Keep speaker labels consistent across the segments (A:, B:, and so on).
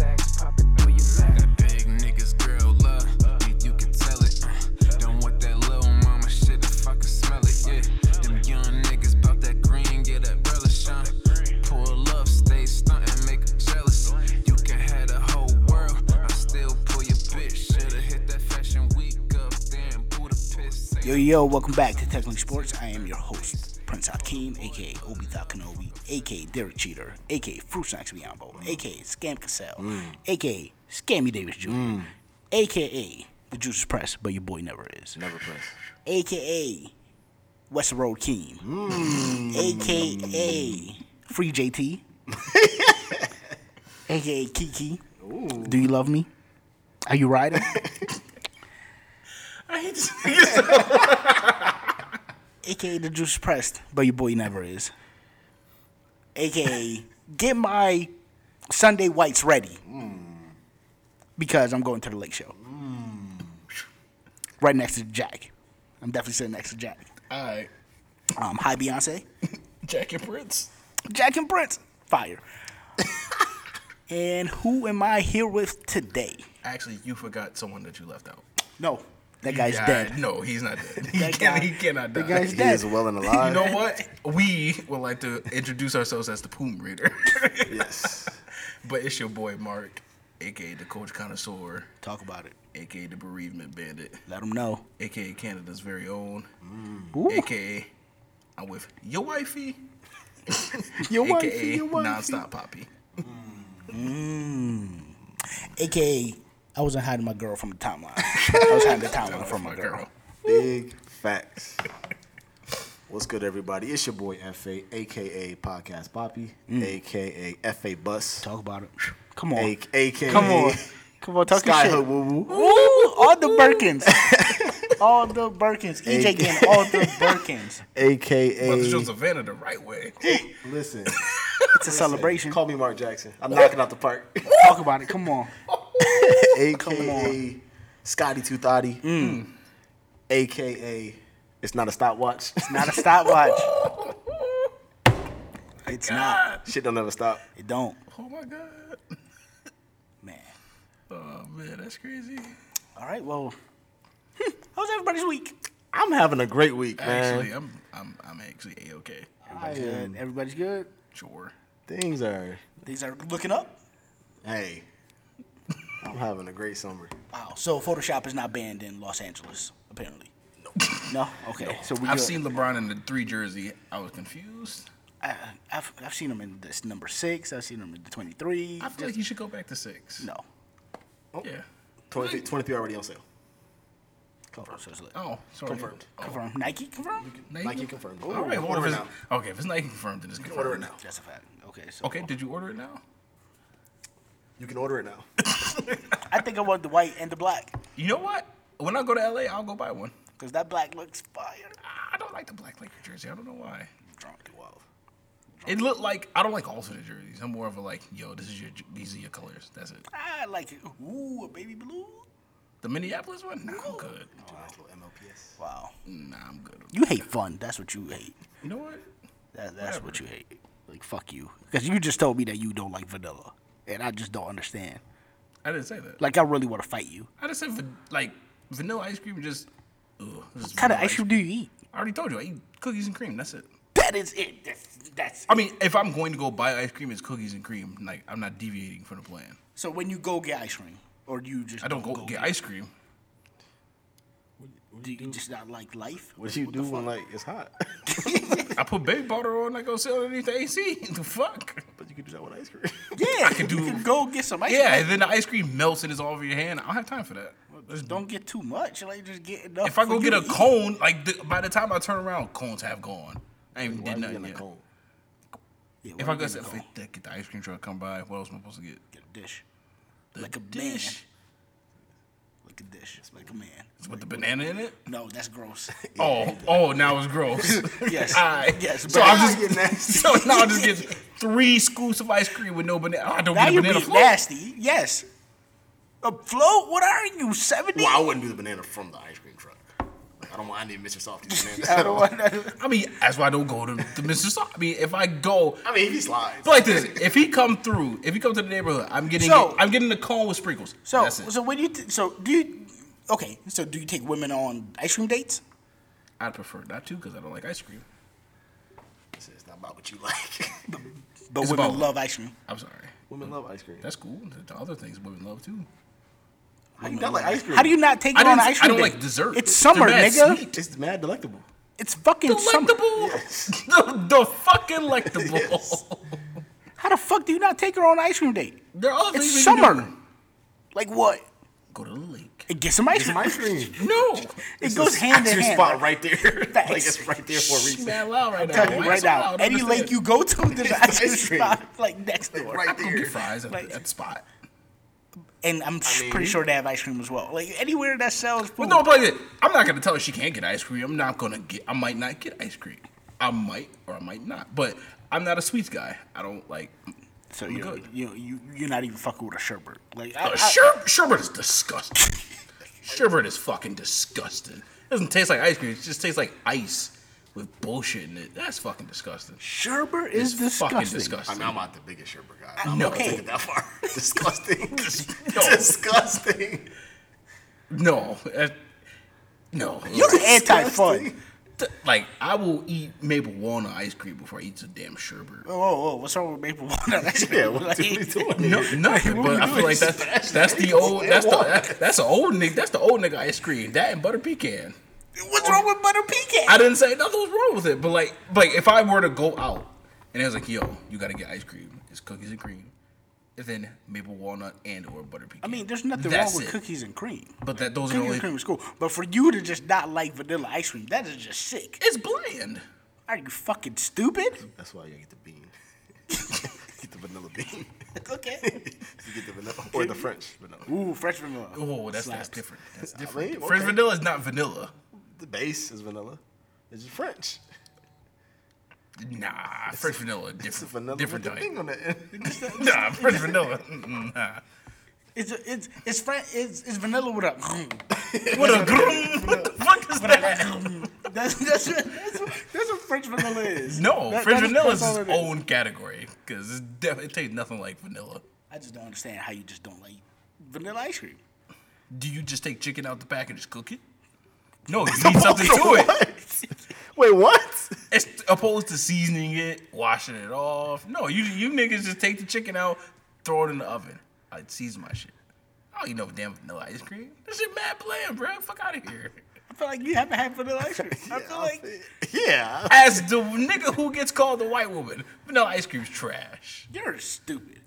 A: Uh,
B: Yo, yo, welcome back to Technically Sports. I am your host, Prince Hakeem, aka Obi Thot Kenobi, aka Derek Cheater, aka Fruit Snacks Biombo, aka Scam Cassell,
C: Mm.
B: aka Scammy Davis Jr., aka The Juice is Press, but your boy never is,
C: Never press.
B: aka West Road Keem,
C: Mm.
B: aka Free JT, aka Kiki. Do you love me? Are you riding?
C: I hate this.
B: aka the juice is pressed, but your boy never is. Aka get my Sunday whites ready Mm. because I'm going to the lake show. Mm. Right next to Jack, I'm definitely sitting next to Jack.
C: All right,
B: Um, hi Beyonce,
C: Jack and Prince.
B: Jack and Prince, fire. and who am I here with today?
C: Actually, you forgot someone that you left out.
B: No, that guy's
C: Yeah,
B: dead.
C: No, he's not dead. He,
B: That
C: can,
B: guy-
C: he cannot die.
B: the guy's
D: He
B: dead.
D: is well and
C: you
D: alive.
C: know what? We would like to introduce ourselves as the Poom Reader.
D: yes.
C: but it's your boy Mark, aka the Coach Connoisseur,
B: Talk about it.
C: aka the Bereavement Bandit,
B: Let them know.
C: aka Canada's very own,
B: Ooh.
C: aka I'm with your wifey,
B: Your
C: aka
B: wifey, your wifey.
C: Nonstop Poppy.
B: AKA, I wasn't hiding my girl from the timeline. I was hiding the timeline from my girl.
D: Big facts. What's good, everybody? It's your boy FA, aka Podcast Poppy, aka FA Bus,
B: Talk about it. Come Mm. on.
D: a- aka
B: Come on. Come on, talk your
D: Sky
B: shit.
D: Hood Woo Woo,
B: Ooh, all the Birkins. all the Birkins. EJ
D: Hey.
B: getting all the Birkins.
C: About to show
D: aka.
C: Savannah the right way.
D: Listen,
B: It's a celebration.
D: call me Mark Jackson. I'm knocking out the park.
B: Talk about it. Come on. Mm.
D: aka Scotty Two Thotty, aka It's Not a Stopwatch.
B: Not a stopwatch. It's not.
D: Shit don't ever stop.
B: It don't.
C: Oh my god.
B: Man.
C: Oh man, that's crazy.
B: All right, well. hmm, How was everybody's week?
D: I'm having a great week, man.
C: Actually, I'm I'm I'm actually a okay.
B: Everybody's good. Everybody's good.
C: Sure.
D: Things are
B: Things are looking up.
D: hey. I'm having a great summer.
B: Wow. So Photoshop is not banned in Los Angeles, apparently. No. No. Okay. So we.
C: I've
B: good.
C: seen LeBron in the three jersey. I was confused.
B: I, I've I've seen him in this number six. I've seen him in the twenty three.
C: I feel like he should go back to six.
B: No.
C: Yeah.
D: 23, 23 already on sale.
B: Confirmed. So it's lit.
C: Oh, sorry.
D: Confirmed.
C: Oh,
B: Confirmed. Nike confirmed.
C: Nike,
D: Nike confirmed.
C: All right, well,
D: Order
C: if
D: it
C: it's- Okay, if it's Nike confirmed, then it's confirmed.
D: Order it now.
B: That's a fact. Okay. So
C: Okay, did you order it now?
D: You can order it now.
B: I think I want the white and the black
C: You know what? When I go to LA, I'll go buy one.
B: because that black looks fire.
C: I don't like the black Laker jersey. I don't know why.
B: Drunk wild.
C: It looked like I don't like alternate jerseys. I'm more of a like, yo, this is your these are your colors. That's it.
B: I like it. Ooh, a baby blue.
C: The Minneapolis one? Nah, I'm good.
D: Nice little MLPS.
B: Wow.
C: Nah, I'm good.
B: You hate fun. That's what you hate.
C: You know what?
B: That, that's what you hate. Like fuck you, because you just told me that you don't like vanilla, and I just don't understand.
C: I didn't say that.
B: Like I really want to fight you.
C: I just said van- like vanilla ice cream. Just ugh. this is
B: What kind of
C: vanilla
B: ice cream do you eat?
C: I already told you. I eat cookies and cream. That's it.
B: That is it. That's, that's
C: I mean, if I'm going to go buy ice cream, it's cookies and cream. Like I'm not deviating from the plan.
B: So when you go get ice cream, or do you just
C: I don't go, get ice cream.
B: Do you just not like life?
D: What do you do when like it's hot?
C: I put baby powder on. I go sit underneath the AC. the fuck.
D: but you can do that with ice cream.
B: Yeah,
C: could
B: you
C: do-
B: can go get some ice
C: Yeah, and then the ice cream melts and it's all over your hand. I don't have time for that.
B: cream. Just don't get too much. Like just get enough.
C: If I
B: for
C: go
B: you
C: get
B: to
C: a
B: eat.
C: cone, like the, by the time I turn around, cones have gone. I ain't did
D: Why are you
C: nothing
D: in a
C: yet.
D: cold?
B: Yeah,
C: If
B: why
C: I
B: you
C: go
B: get
C: sit,
B: a
C: if
B: cone?
C: I get the ice cream truck come by, what else am I supposed to get?
B: get a dish, like a man,
C: Dish
B: like a dish, like a man.
C: with the banana in it.
B: No, that's gross.
C: Oh, oh, now it's gross.
B: Yes.
C: Alright.
B: Yes,
C: So
B: but-
C: I'm just
D: Now you're nasty.
C: so now I just get three scoops of ice cream with no banana. I don't
B: now
C: get a
B: you're
C: banana
B: being
C: float.
B: nasty. Yes. A float? What are you? Seventy?
D: Well, I wouldn't do the banana from the ice cream truck. Like, I don't want any Mr. Softy bananas.
B: I don't want that.
C: I mean, that's why I don't go to the Mr. So- I mean, if I go,
D: I mean, he slides.
C: it's like this: if he come through, if he comes to the neighborhood, I'm getting,
B: So-
C: I'm getting the cone with sprinkles.
B: So,
C: that's it.
B: so when you, t- so do you? Okay, so do you take women on ice cream dates?
C: I'd prefer not to because I don't like ice cream.
D: This is not about what you like.
B: But
C: It's
B: women
C: about-
B: love ice cream.
C: I'm sorry.
D: Women love ice cream.
C: That's cool. The other things women love too.
D: How you not like ice cream?
B: How do you not take
C: I
B: it on
C: didn't-
B: an ice
C: I
B: cream
C: don't
B: day?
C: like dessert.
B: It's
C: They're
B: summer,
C: mad
B: nigga.
C: sweet.
D: It's mad delectable.
B: It's fucking summer.
C: Delectable. The, the fucking delectable.
D: Yes.
B: How the fuck do you not take her on an ice cream date?
C: There are other
B: It's
C: things we can do.
B: summer. Like what?
C: Go to the lake.
B: It gets some ice
D: It's
B: cream.
D: some ice cream.
C: No.
B: It
D: It's
B: goes
D: an
B: hand in
D: actual
B: hand.
D: spot right there.
B: Thanks.
D: like it's right there for a reason.
C: Man, loud right now.
B: I'm telling you
C: Why
B: right
C: so
B: now,
C: loud? I
B: any
C: understand.
B: lake you go to, there's an
D: It's
B: ice cream
D: ice cream.
B: spot like next door.
D: Right
C: Go get
D: there.
C: fries at,
B: Like-
C: at the spot.
B: And I'm s-
D: mean-
B: pretty sure they have ice cream as well. Like anywhere that sells food.
C: But no, but like, I'm not gonna tell her she can't get ice cream. I'm not gonna get. I might not get ice cream. I might or I might not. But I'm not a sweets guy. I don't like.
B: so
C: I'm
B: you're,
C: good.
B: you you you're not even fucking with a sherbet. Like I,
C: Uh,
B: I-
C: sher- sherbet is disgusting. sherbet is fucking disgusting. It doesn't taste like ice cream. It just tastes like ice with bullshit in it. That's fucking disgusting.
B: sherbet is
C: It's
B: disgusting.
C: fucking
D: I
C: disgusting.
D: mean, I'm not the biggest sherbet guy. I'm
B: know.
D: not gonna take it that far. Disgusting.
C: No.
D: Disgusting.
C: No, uh, no.
B: You anti fun.
D: Disgusting.
C: T- like I will eat maple walnut ice cream before I eat some damn sherbet.
B: Whoa, whoa, whoa, what's wrong with maple walnut ice cream?
D: Yeah, what are we doing here?
C: No, nothing.
D: what we
C: But I
D: doing?
C: feel like
D: Just
C: that's
D: smash
C: that's
D: the
C: the
D: apples
C: old
D: and
C: that's
D: walk.
C: the that's the old nigga that's the old nigga ice cream that and butter pecan.
B: What's wrong with butter pecan?
C: I didn't say nothing was wrong with it, but like but like if I were to go out and it was like yo, you gotta get ice cream. It's cookies and cream, and then maple walnut and or butter pecan.
B: I mean, there's nothing
C: That's
B: wrong with
C: it.
B: cookies and cream.
C: But that those are
B: Cookies
C: the
B: and
C: only.
B: cream is cool. But for you to just not like vanilla ice cream, that is just sick.
C: It's bland.
B: Are you fucking stupid?
D: That's why you get the bean. get the vanilla bean.
B: Okay.
D: you get the vanilla or the French vanilla.
B: Ooh, fresh vanilla.
C: Oh, that's
B: Slaps.
C: that's different. That's
D: I
C: different.
D: mean,
C: French
D: okay.
C: vanilla is not vanilla.
D: The base is vanilla. It's just French.
C: Nah, French vanilla different.
D: It's a vanilla
C: different
D: with the
C: type.
D: thing on the end.
C: Nah, French vanilla. Mm-mm, Nah.
B: It's it's it's fran- it's, it's vanilla with a.
C: What a grum. What the fuck is that?
B: that's, that's, what- that's, what- that's what French vanilla is.
C: No,
B: That-
C: French
B: that's-
C: vanilla is
B: that's all
C: its
B: it is.
C: own category because it's def- it tastes nothing like vanilla.
B: I just don't understand how you just don't like vanilla ice cream.
C: Do you just take chicken out the pack and just cook it? No, you need something to it.
D: Wait, what?
C: It's opposed to seasoning it, washing it off. No, you you niggas just take the chicken out, throw it in the oven. I season my shit. I don't eat no damn vanilla ice cream. This shit mad bland, bro. Fuck out of here.
B: I feel like you haven't had vanilla ice cream. I feel like
D: yeah.
C: As the nigga who gets called the white woman, vanilla ice cream's trash.
B: you're stupid.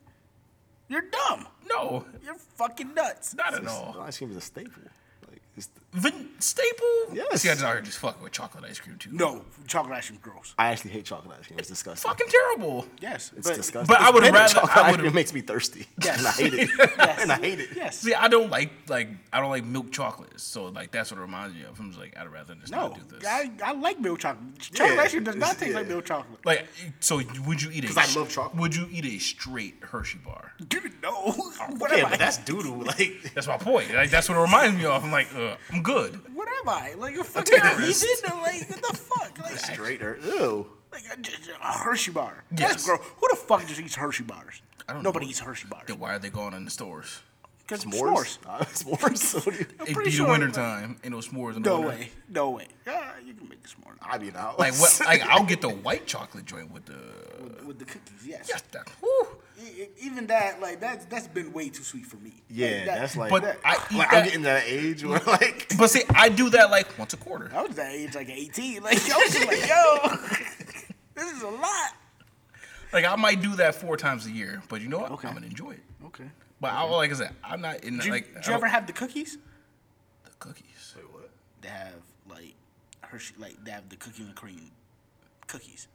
B: You're dumb.
C: No,
B: You're fucking nuts.
C: not at all.
D: Ice cream is a staple. Like, it's the,
C: Van- staple?
D: Yes.
C: See, I just out here just fucking with chocolate ice cream too.
B: No, chocolate ice cream gross.
D: I actually hate chocolate ice cream. It's disgusting.
C: Fucking terrible.
B: Yes,
D: it's disgusting.
C: but I
D: It's
C: would
D: bitter.
C: rather- I
D: chocolate ice
C: would-
D: cream makes me thirsty.
B: Yes.
D: and I hate it.
B: Yes.
D: and I hate it.
B: Yes.
C: See, I don't like like I don't like milk chocolates, so like that's what it reminds me of. I'm just like I'd rather just
B: No,
C: not do this.
B: I, I like milk chocolate. Chocolate
D: Yeah,
B: ice cream does not
D: it's-
B: taste like
D: yeah.
B: milk chocolate.
C: like so, would you eat a?
D: 'Cause I love chocolate.
C: Would you eat a straight Hershey bar?
B: Dude, no. what
D: Yeah,
B: am I?
D: but that's doodoo. Like,
C: That's my point. Like that's what it reminds me of. I'm like, uh, I'm good.
B: What am I? Like a fucking
C: terrorist.
B: heathen? Like what the fuck? Like,
D: straight or ew.
B: like a, just a Hershey bar.
C: Yes.
B: That's gross. Who the fuck just eats Hershey bars?
C: I don't
B: Nobody
C: know.
B: eats Hershey bars.
C: Then why are they going in the stores?
B: Because s'mores.
D: S'mores. Uh, s'mores. What do you-
C: It'd
B: pretty
C: be
B: sure-
C: the winter time. Ain't no s'mores in the
B: No
C: winter.
B: way. No way. Yeah, you can make a s'more
D: I mean, I
C: Like what? Like I'll get the white chocolate joint with the.
B: with, with the cookies. Yes.
C: Yes, that. Whew.
B: E- e- Even that, like that's that's been way too sweet for me.
D: yeah, that's like.
C: But
D: that-
C: I eat
D: like
C: that-
D: I'm getting to that age where like.
C: But see, I do that like once a quarter.
B: I was that age, like eighteen. Like I was just like, yo, this is a lot.
C: Like I might do that four times a year, but you know what?
B: Okay.
C: I'm gonna enjoy it.
B: Okay.
C: But I, like I said, I'm not in
B: Do you,
C: like.
B: do
C: I
B: you ever
C: don't-
B: have the cookies?
C: the cookies?
B: They have like Hershey, like they have the cookie and cream cookies.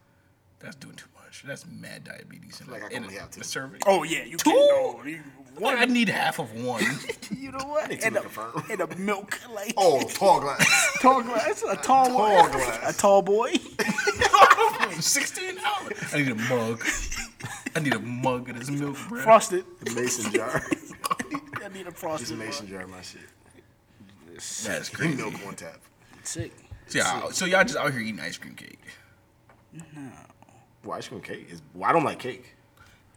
C: That's doing too much. That's mad diabetes. And,
D: Like, I
C: and
D: only have two.
C: the serving.
B: Oh yeah, you
C: Two?
B: can't. No, you-
C: Like, I need half of one.
B: You know what?
D: need to
B: And a,
D: confirm.
B: and a milk like
D: Oh, tall glass.
B: tall glass, a tall,
D: tall
B: boy,
D: glass.
B: a tall boy.
C: Sixteen dollars. I need a mug. I need a mug of this milk, bro.
B: frosted.
D: Mason jar.
B: I need a
D: Just
B: frosted.
D: mason
B: one.
D: jar, my shit.
C: That's crazy.
D: Milk on tap.
B: Sick.
C: So, y'all, so y'all just out here eating ice cream cake.
D: Well, ice cream cake is. Well, I don't like cake.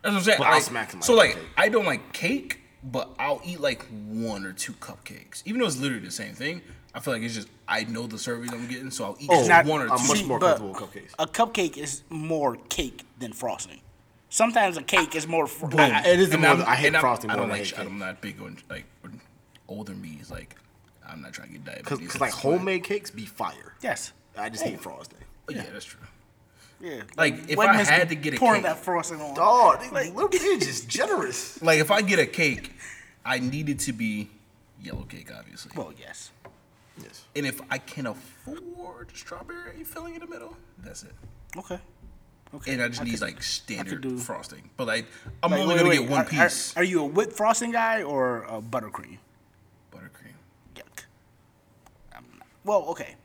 C: That's what I'm saying.
D: But I'll
C: Like,
D: smack somebody
C: so
D: with
C: like,
D: cake.
C: I don't like cake, but I'll eat like one or two cupcakes, even though it's literally the same thing. I feel like it's just I know the servings I'm getting, so I'll eat
D: Oh,
C: just
D: not-
C: one or
D: I'm
C: two.
D: much
B: See,
D: more
B: but
D: comfortable with cupcakes.
B: A cupcake is more cake than frosting. Sometimes a cake is more. Fr-
D: I- it is the
C: And
D: more
C: I'm-
D: that I hate
C: and I'm-
D: frosting
C: I
D: more
C: don't
D: than I
C: like.
D: hate
C: I'm not big on like. older me is like, I'm not trying to get diabetes.
D: Cause, 'cause, like
C: It's
D: homemade cakes be fire.
B: Yes.
D: I just hate frosting.
C: Yeah, that's true.
B: Yeah.
C: Like if
B: What
C: I
B: Mr.
C: had to get a
B: pouring
C: cake,
B: that frosting on.
D: Oh, they, little kids just generous.
C: like if I get a cake, I need it to be yellow cake, obviously.
B: Well, yes.
D: Yes.
C: and if I can afford strawberry filling in the middle, that's it.
B: Okay. Okay.
C: And I just
B: I
C: need
B: could-
C: like standard
B: do-
C: frosting. But like I'm
B: Like,
C: only
B: wait,
C: gonna
B: wait,
C: get one
B: are- are-
C: piece
B: Are, you a whipped frosting guy or a buttercream?
C: buttercream.
B: Yuck. I'm not- Well, okay.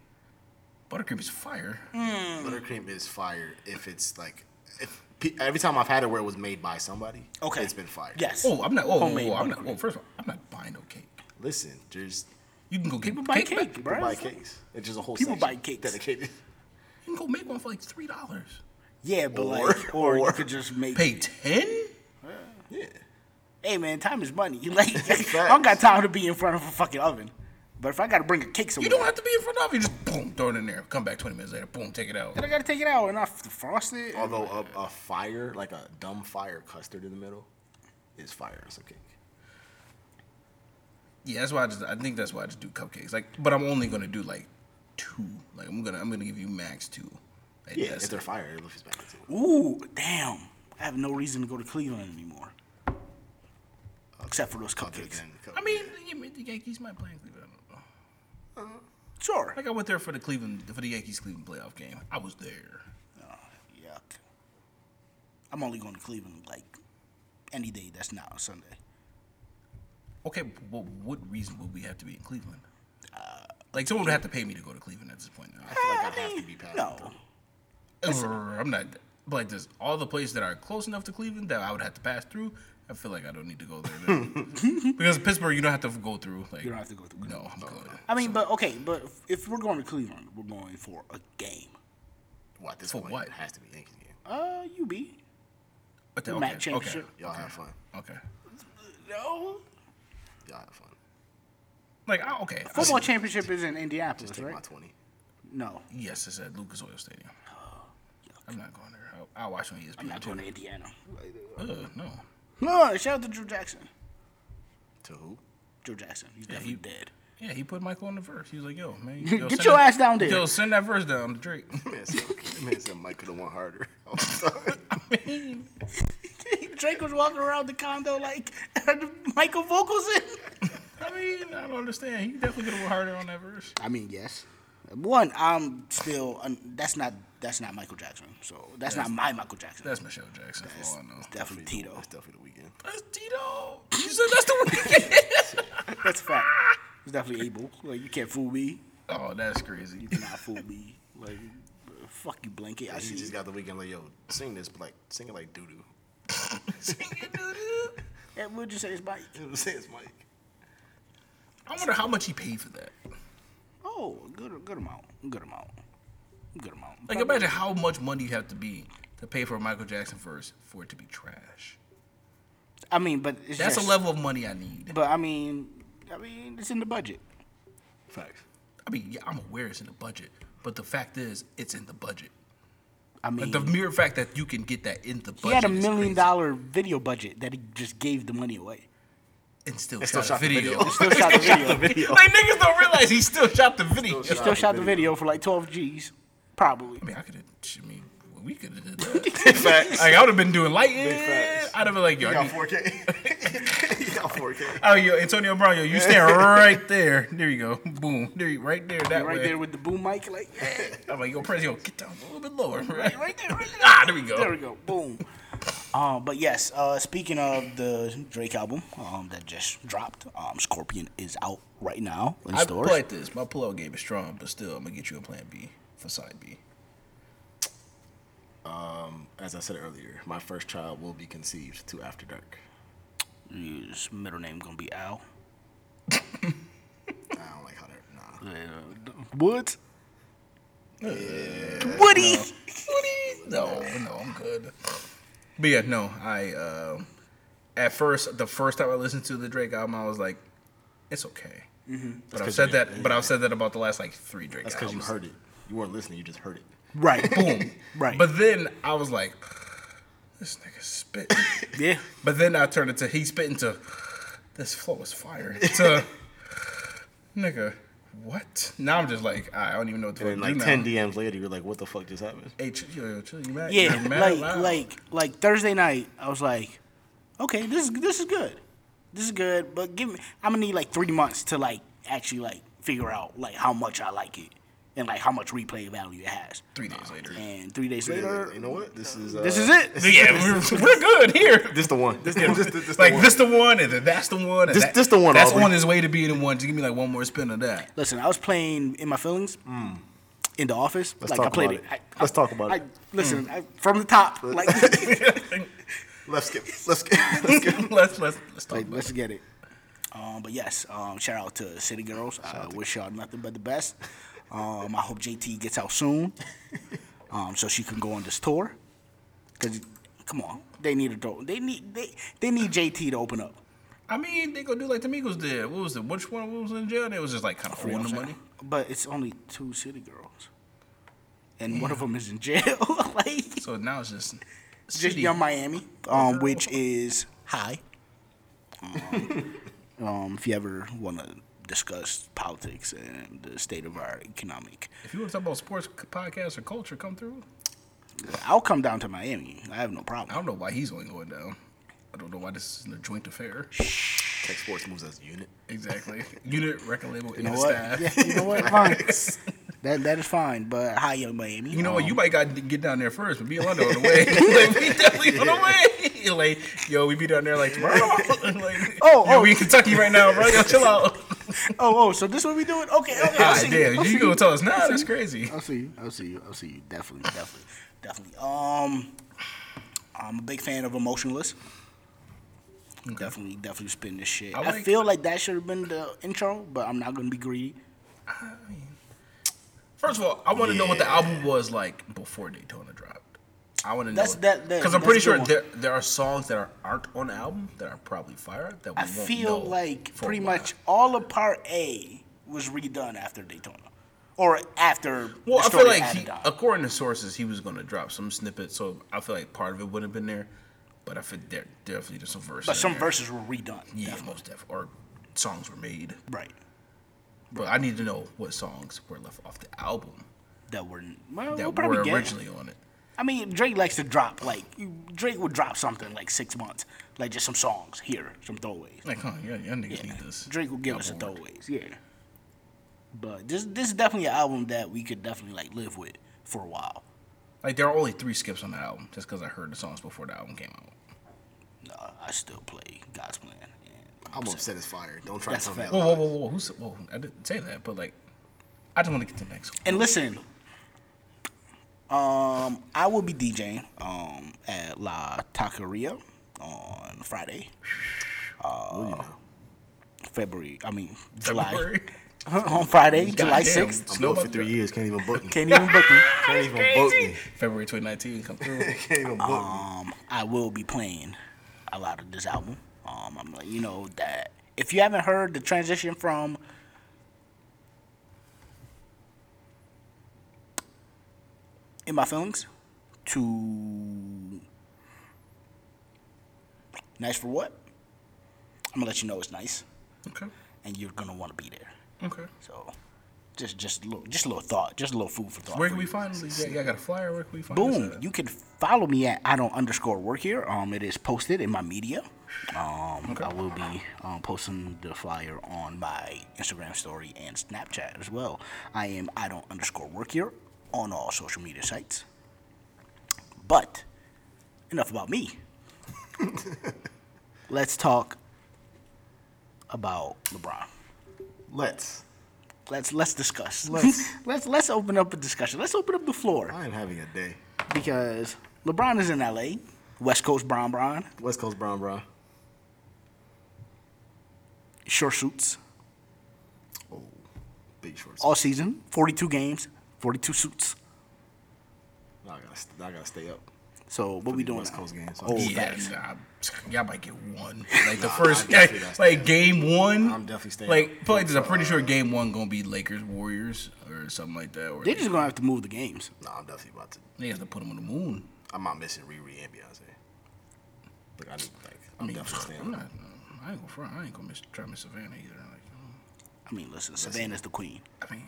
C: Buttercream is fire.
B: Mm.
D: Buttercream is fire if it's like if, pe- every time I've had it where it was made by somebody.
B: Okay.
D: It's been fire.
B: Yes.
C: Oh, I'm not. Oh,
B: Homemade
C: I'm not. Oh, first of all, I'm not buying no cake.
D: Listen, there's
C: You can go get
B: People buy
C: cake.
B: cake,
C: back-
B: bro.
D: people buy cakes. It's just a whole
B: People
D: section
B: buy cakes.
D: dedicated.
C: You can go make one for like three dollars.
B: Yeah, but
D: Or-
B: like, or, you
D: or-
B: could just make.
C: Pay ten.
D: Yeah.
B: Hey, man, time is money. You Like, I don't got time to be in front of a fucking oven. But if I gotta bring a cake somewhere,
C: You don't have to be in front of it. You just boom, throw it in there. Come back twenty minutes later. Boom, take it out.
B: then I gotta take it out and not frost it.
D: Although a, a fire, like a dumb fire custard in the middle, is fire on some cake.
C: Yeah, that's why I just. I think that's why I just do cupcakes. Like, but I'm only gonna do like two. Like, I'm gonna. I'm gonna give you max two. Like,
D: Yeah,
C: that's
D: if they're
C: it.
D: fire, it looks back into
C: Oh.
D: it.
B: Ooh, damn. I have no reason to go to Cleveland anymore.
C: Uh,
B: Except for those
D: Other
B: cupcakes.
D: than
C: I mean, yeah, man, the Yankees might play in Cleveland. I don't know.
B: Sure.
C: Like, I went there for the Cleveland for the Yankees Cleveland playoff game. I was there.
B: Oh, Yuck. I'm only going to Cleveland like any day that's not on Sunday.
C: Okay, but what, what reason would we have to be in Cleveland? Uh, Like, someone would have to pay me to go to Cleveland at this point. Now.
D: feel like I'd have to be passing
B: No.
D: through.
C: Or I'm not. But like, there's all the places that are close enough to Cleveland that I would have to pass through. I feel like I don't need to go there then. because Pittsburgh, you don't have to go through. Like,
B: You don't have to go through.
C: No, I'm good.
B: I mean, but okay, but if- if we're going to Cleveland, we're going for a game.
D: Well, at this
C: For
D: point,
C: what?
D: it has to be Yankees game.
B: Uh, UB.
C: But the-
B: The MAC championship.
D: Y'all have fun.
C: Okay.
B: No.
D: Y'all have fun.
C: Like, I, okay. I-
B: Football championship is in
D: Just
B: Indianapolis,
D: take my
B: right?
D: twenty.
B: No.
C: yes, it's at Lucas Oil Stadium. I'm not going there. I'll, I'll watch on E ESPN.
B: Oh, I'm not
C: too.
B: going to Indiana.
C: Ugh, no.
B: No, shout out to Drew Jackson.
D: To who?
B: Joe Jackson. He's definitely dead.
C: Yeah, he put Michael on the verse. He was like, "Yo, man, yo,
B: Get
C: send
B: your
C: that-
B: ass down there.
C: Yo, send that verse down to Drake."
D: Man, said, man said Mike could have won harder. Oh, I'm sorry.
B: Drake was walking around the condo like Michael vocals in.
C: I mean, I don't understand. He definitely could have went harder on that verse.
B: I mean, yes. One, I'm still. Um, that's not. That's not Michael Jackson. So that's, not my Michael Jackson.
C: That's Michelle Jackson. For all I know.
B: It's definitely Tito.
D: That's definitely the weekend.
C: That's Tito. You said that's the weekend.
B: That's a fact. It's definitely Abel. Like you can't fool me.
C: oh, that's crazy.
B: You cannot fool me. Like fuck you, blanket. I
D: She
B: see.
D: just
B: You.
D: got the weekend like, yo, sing this, but like, sing it like doo doo.
B: And would you say it's Mike?
D: You know what I'm saying? It's Mike.
C: I wonder how much he paid for that.
B: Oh, good. Good amount. Good amount. Good amount.
C: Like,
B: Probably-
C: imagine how much money you have to be to pay for a Michael Jackson verse for it to be trash.
B: I mean, but it's
C: That's
B: just-
C: a level of money I need.
B: But I mean, I mean, it's in the budget.
D: Facts.
C: I mean, yeah, I'm aware it's in the budget, but the fact is, it's in the budget.
B: I mean,
C: Like, the mere fact that you can get that in the budget.
B: He had a
C: is
B: million
C: crazy.
B: dollar video budget that he just gave the money away.
C: and still,
D: And
C: shot,
D: still shot
C: the
D: the
C: video.
D: video.
B: Still shot the video.
D: video.
C: like niggas don't realize he still shot the video.
D: Still shot-
B: Still shot the video for like 12 G's, probably.
C: I mean, I could have. I mean, we could have did that. like I would have been doing lighting. I'd
D: facts.
C: have been like, yo,
D: You
C: I
D: got
C: need-
D: 4K. you got 4K.
C: oh, yo, Antonio Brown, yo, you stand right there. There you go. Boom. There, you, right there. That
B: Right
C: way.
B: there with the boom mic, like, yeah,
C: I'm like, yo, Prez, yo, get down a little bit lower. Right,
B: right there, right there.
C: Ah, there we go.
B: There we go, boom. Uh, but yes, uh, speaking of the Drake album um, that just dropped, um, Scorpion is out right now in
C: I
B: stores.
C: played this. My pull-out game is strong, but still, I'm gonna get you a plan B for side B.
D: As I said earlier, my first child will be conceived to After Dark.
B: His middle name gonna be Al.
D: I don't like how that. Nah.
B: Uh, Woods. Woody.
C: No, no, I'm good. But yeah, no, I uh, at first the first time I listened to the Drake album, I was like, it's okay.
B: Mm-hmm.
C: But I've
D: 'cause
C: said
D: you-
C: that, but I've said that about the last like three Drake
D: That's because you
C: albums.
D: heard it. You weren't listening. You just heard it.
B: Right.
C: Boom.
B: Right.
C: But then I was like, this nigga spit.
B: yeah.
C: but then I turned it to he spit into this flow is fire. To Nigga, what? Now I'm just like, I don't even know what the
D: And then
C: fuck to
D: like
C: do
D: ten
C: now.
D: DMs later, you're like, what the fuck just happened?
C: Hey, chill, yo, yo, chill, you mad?
B: Yeah,
C: you mad
B: like
C: loud.
B: like like Thursday night, I was like, okay, this is this is good, this is good, but give me, I'm gonna need like three months to like actually like figure out like how much I like it and like how much replay value it has.
C: Three days later.
B: And three days
D: You
B: later,
D: know what? This is uh,
B: this is it.
C: yeah, we're, we're good here.
D: This the one. This, this, this, this
C: like
D: the one.
C: this the one, and then that's the one. And
D: This-
C: that,
D: this the one,
C: That's
D: Aubrey.
C: on his way to being the one. Just give me like one more spin of that.
B: Listen, I was playing in my feelings
C: Mm.
B: in the office.
D: Let's
B: like
D: talk
B: I played it.
D: about it.
B: I, I-
D: Let's talk about
B: I,
D: it. Mm.
B: Listen, I, from the top, like
D: Let's skip. Let's skip. Let's skip.
C: let's let's let's talk.
B: Like, let's get it. Um, but yes, um, shout out to City Girls. I wish y'all nothing but the best. Um, I hope JT gets out soon, um, so she can go on this tour. Cause come on, they need a door. They need they they need JT to open up.
C: I mean, they gonna do like Tamiko's did. What was it? Which one was in jail? They was just like kind of
B: You know
C: holding
B: what I'm
C: the money.
B: saying? But it's only two City Girls, and one of them is in jail. like
C: So now it's just
B: just
C: shitty.
B: Young Miami, um, which is high. Um, um, if you ever want to discuss politics and the state of our economic,
C: If you want to talk about sports c- podcasts or culture, come through.
B: I'll come down to Miami. I have no
C: I
B: problem.
C: don't know why he's only going down. I don't know why this isn't a joint affair.
D: Tech Sports moves as a unit.
C: Exactly. Unit, record label,
B: You
C: and
B: know
C: the
B: what?
C: staff.
B: Yeah, you know what? Fine. that that is fine. But hi, Young Miami.
C: You know what?
B: Um,
C: You might got to get down there first, but be Orlando on the way. like, we definitely on the way. like, yo, we be down there like tomorrow. like,
B: Oh,
C: yo,
B: oh.
C: we in Kentucky right now, bro. Yo, chill out.
B: Oh, oh. So this what we doing? Okay. Okay. I'll
C: God
B: see you.
C: damn,
B: I'll see
C: you
B: you.
C: gonna tell us now? That's crazy.
B: I'll see you. I'll see you. I'll see you. Definitely. Definitely. Definitely. Um, I'm a big fan of emotionless. Definitely, definitely spin this shit.
C: I
B: I,
C: like-
B: feel like that should have been the intro, but I'm not gonna be greedy.
C: First of all, I want to know what the album was like before Daytona dropped. I want to know
B: That's- that- that-
C: because I'm
B: that's
C: pretty
B: a good
C: sure
B: one.
C: there, there are songs that are, aren't on the album that are probably fire that we
B: I
C: won't
B: feel
C: know
B: like
C: for a
B: pretty
C: while.
B: much all of Part A was redone after Daytona, or after.
C: Well,
B: the
C: I
B: story
C: feel like he,
B: added on.
C: according to sources, he was going to drop some snippets, so I feel like part of it would have been there, but I feel there definitely there's some verses.
B: but some
C: in there.
B: verses were redone.
C: yeah,
B: definitely.
C: most def or songs were made,
B: right.
C: but I need to know what songs were left off the album
B: That were well,
C: that
B: we'll probably
C: were
B: get.
C: originally on it.
B: I mean, Drake likes to drop like Drake would drop something like six months, like just some songs here, some throwaways.
C: Like, huh? Yeah, y'all niggas need this.
B: Drake will give
C: I'm
B: us a
C: bored.
B: throwaways, yeah. But this this is definitely an album that we could definitely like live with for a while.
C: Like, there are only three skips on the album, just because I heard the songs before the album came out.
B: Uh, I still play God's Plan. And
D: I'm upset as fire. Don't try to
B: That's
D: tell
B: a
D: me.
B: fact.
C: Whoa,
D: otherwise.
C: whoa, whoa, whoa! Who said? Whoa, I didn't say that, but like, I just want to get to the next one.
B: And listen, um, I will be DJing um, at La Taqueria on Friday, Uh,
D: Well, you know.
B: February. I mean July.
C: February.
B: on Friday, July
C: Goddamn.
B: sixth.
D: I'm
C: Snow
D: going for
C: bu-
D: three years. Can't even book me.
B: Can't even book me.
D: Can't even book me.
C: February 2019, come through.
D: Can't even book me.
B: um, I will be playing a lot of this album. Um, I'm like, you know that if you haven't heard the transition from in my feelings to nice for what, I'm gonna let you know it's nice,
C: okay.
B: and you're gonna want to be there.
C: Okay.
B: So, just just a little, just a little thought, just a little food for thought.
C: Where
B: for
C: can we
B: you.
C: find this? Yeah, I got a flyer. Where can we find
B: Boom.
C: this? at?
B: You can follow me at I don't underscore work here. Um, it is posted in my media. Um,
C: Okay.
B: I will be um, posting the flyer on my Instagram story and Snapchat as well. I am I don't underscore work here on all social media sites. But enough about me. Let's talk about LeBron.
D: Let's.
B: Let's let's discuss.
D: Let's.
B: let's let's open up a discussion. Let's open up the floor
D: I am having a day.
B: because LeBron is in LA, West Coast Brown Brown,
D: West Coast Brown Brown.
B: short suits,
D: Oh, big shorts.
B: all season, 42 games, 42 suits.
D: Now I gotta, st- now I gotta stay up.
B: So what we
D: the
B: doing?
D: West
B: now?
D: Coast games, so
B: Oh,
D: I'm-
C: Yeah,
B: facts.
C: nah, y'all might get one. Like the
D: Nah,
C: first,
D: I definitely
C: like,
D: gotta
C: like, game one.
D: I'm definitely staying
C: Like, probably just, I'm pretty
D: uh,
C: sure game one gonna be Lakers Warriors or something like that. Or
B: They're
C: they,
B: just gonna have to move the games.
D: Nah, I'm definitely about to.
C: have to put them on the moon.
D: I'm not missing Riri and Beyonce. Like I need, like I'm
C: I mean,
D: definitely staying.
C: I'm
D: up.
C: not. I ain't gonna front. I ain't gonna miss, try to miss Savannah either. Like,
B: I mean, listen, Savannah's the queen.
C: I mean,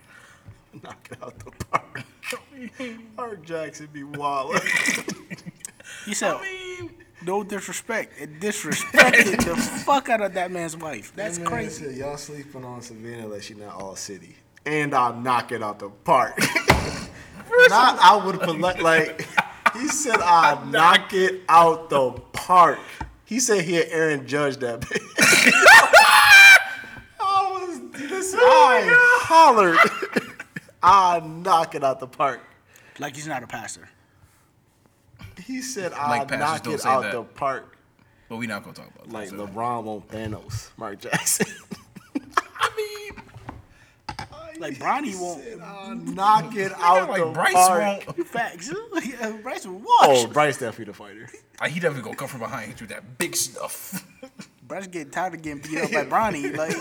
D: Knock it out the park. Mark Jackson be wild.
B: You said
C: I mean,
B: no disrespect. It disrespected the fuck out of that man's wife. That's crazy.
D: Y'all sleeping on Savannah like she not all city. And I'll knock it out the park. not I would polite like he said I knock it out the park. He said he had Aaron Judge that bitch. I was this I hollered. I knock it out the park.
B: Like he's not a pastor.
D: He said I
C: Like pastors
D: knock
C: don't
D: it
C: say
D: out
C: that.
D: the park.
C: but we're not gonna talk about that.
D: Like
C: so-
D: LeBron won't Thanos, Mark Jackson.
C: I mean,
B: Like Bronny won't.
D: I knock it
C: I
D: out
C: feel
D: the
C: like Bryce
D: park.
C: won't.
B: Facts. Yeah, Bryce will
D: Oh,
B: watch.
D: Bryce definitely the fighter.
C: Like, he definitely gonna come from behind and do that big stuff.
B: Bryce getting tired of getting beat up by Bronny. Like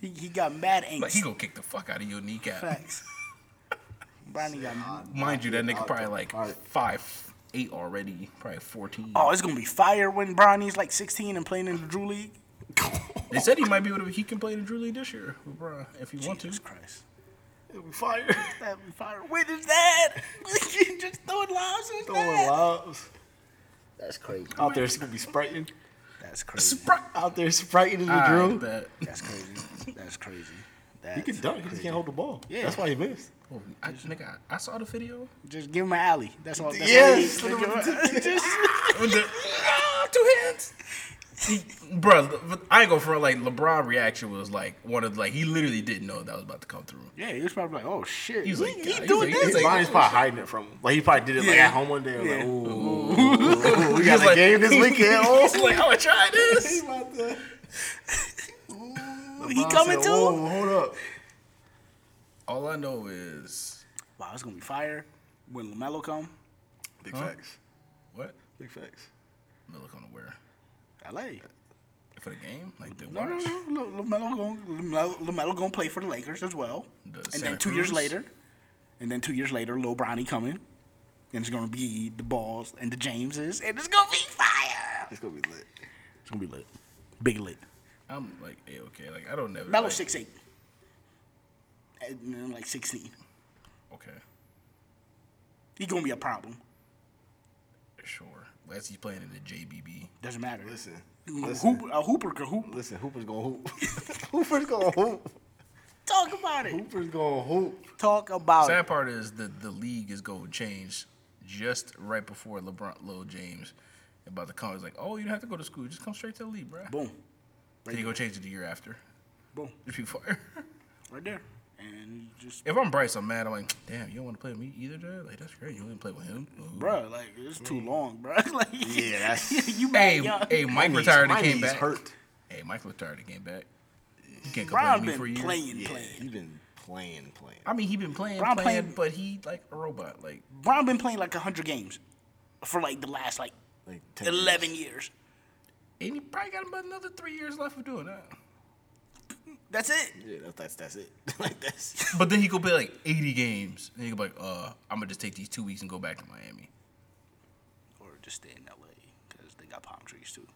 B: he, he got mad angst.
C: like he gonna kick the fuck out of your kneecap.
B: Facts. Bronny got.
C: Mind you, that nigga
D: Out
C: probably
D: the
C: like
D: park.
C: five, eight already, probably fourteen.
B: Oh, it's gonna be fire when Bronny's like 16 and playing in the Drew League.
C: They said he might be able to. He can play in the Drew League this year, with Bron, if he want to.
B: Jesus Christ.
D: It'll be fire.
B: That'd be fire. When is that? Just throwing lobs. Is
D: Throwing
B: that?
D: lobs.
B: That's crazy.
D: Out there, it's gonna be spriting.
B: That's crazy.
C: Bron-
D: Out there, spriting in the
C: I
D: drill.
C: bet.
B: That's crazy. That's crazy. That's
D: He can dunk. He just
B: crazy.
D: can't hold the ball.
B: Yeah.
D: That's why he missed.
C: Oh, I, nigga, I, I saw the video.
B: Just give him an alley. That's all. That's
D: Yes.
B: All he needs. Just-
C: With Oh, the- ah, two hands. Bro, I ain't go for like LeBron reaction was like one of like he literally didn't know that was about to come through.
B: yeah, he was probably like, "Oh shit,
C: He was like,
B: he,
C: God, he
B: doing
C: was like-
B: this."
C: he was like-
D: Bronny's probably hiding it from him. Like he probably did it like
C: Yeah.
D: at home one day. Like,
B: Yeah.
D: ooh, we got
C: He's
D: a game this weekend.
C: He's
D: Oh,
C: like, I'm gonna try
D: He
C: this.
D: about to-
B: he
D: Bron
B: coming
D: said,
B: too?
D: "Whoa, Hold up.
C: All I know is
B: Wow, it's gonna be fire when Lamelo come.
D: Big facts.
C: what
D: Big facts.
C: Miller gonna wear
B: L.A.
C: for the game, like the
B: No, no,
C: watch.
B: no. Lo- Lamelo gonna Lamelo gonna play for the Lakers as well.
C: The
B: and
C: Santa
B: then two years
C: Cruz?
B: later, and then two years later, Lil Bronny coming, and it's gonna be the balls and the Jameses, and it's gonna be fire.
D: It's gonna be lit.
B: It's gonna be lit, big lit.
C: I'm like, hey, okay, like I don't never.
B: Melo
C: like,
B: six eight, and then like sixteen.
C: Okay,
B: He gonna be a problem.
C: sure. Unless he's playing in the JBB.
B: Doesn't matter.
D: Listen. Listen.
B: Hoop, a hooper could hoop.
D: Listen. Hooper's gonna hoop. Hooper's gonna hoop.
B: Talk about it.
D: Hooper's gonna hoop.
B: Talk about
C: Sad
B: it.
C: part is the the league is going to change just right before LeBron, Lil James, about to come. It's like, oh, you don't have to go to school. Just come straight to the league, bro.
B: Boom,
C: Then you go change it the year after.
B: boom,
C: Just be fire.
B: right there, and you just
C: if I'm Bryce, I'm mad. I'm like, damn, you don't want to play with me either, Dad? Like, that's great. You didn't play with him. Ooh.
B: bruh, like it's too long, bro. like
D: Yeah, that's-
B: you mad
C: Hey,
B: young.
C: hey, Mike
D: My knees-
C: retired
D: my
C: and came
D: knees
C: back.
D: Hurt.
C: Hey, Mike retired and came back. You can't complain
B: Bron
C: to me for a
B: been
C: year.
B: playing,
D: Yeah,
B: playing.
D: he been playing, playing.
C: I mean, he been playing,
B: Bron
C: playing,
B: playing-
C: but he like a robot. Like,
B: Bron been playing like hundred games for like the last like
D: Like 10 years.
B: eleven years.
C: and he probably got about another three years left of doing that.
B: That's it.
D: Yeah, that's that's, that's it. like that's
C: But then he could play like 80 games, and he could be like, uh, I'm gonna just take these two weeks and go back to Miami.
B: Or just stay in L.A. because they got palm trees too.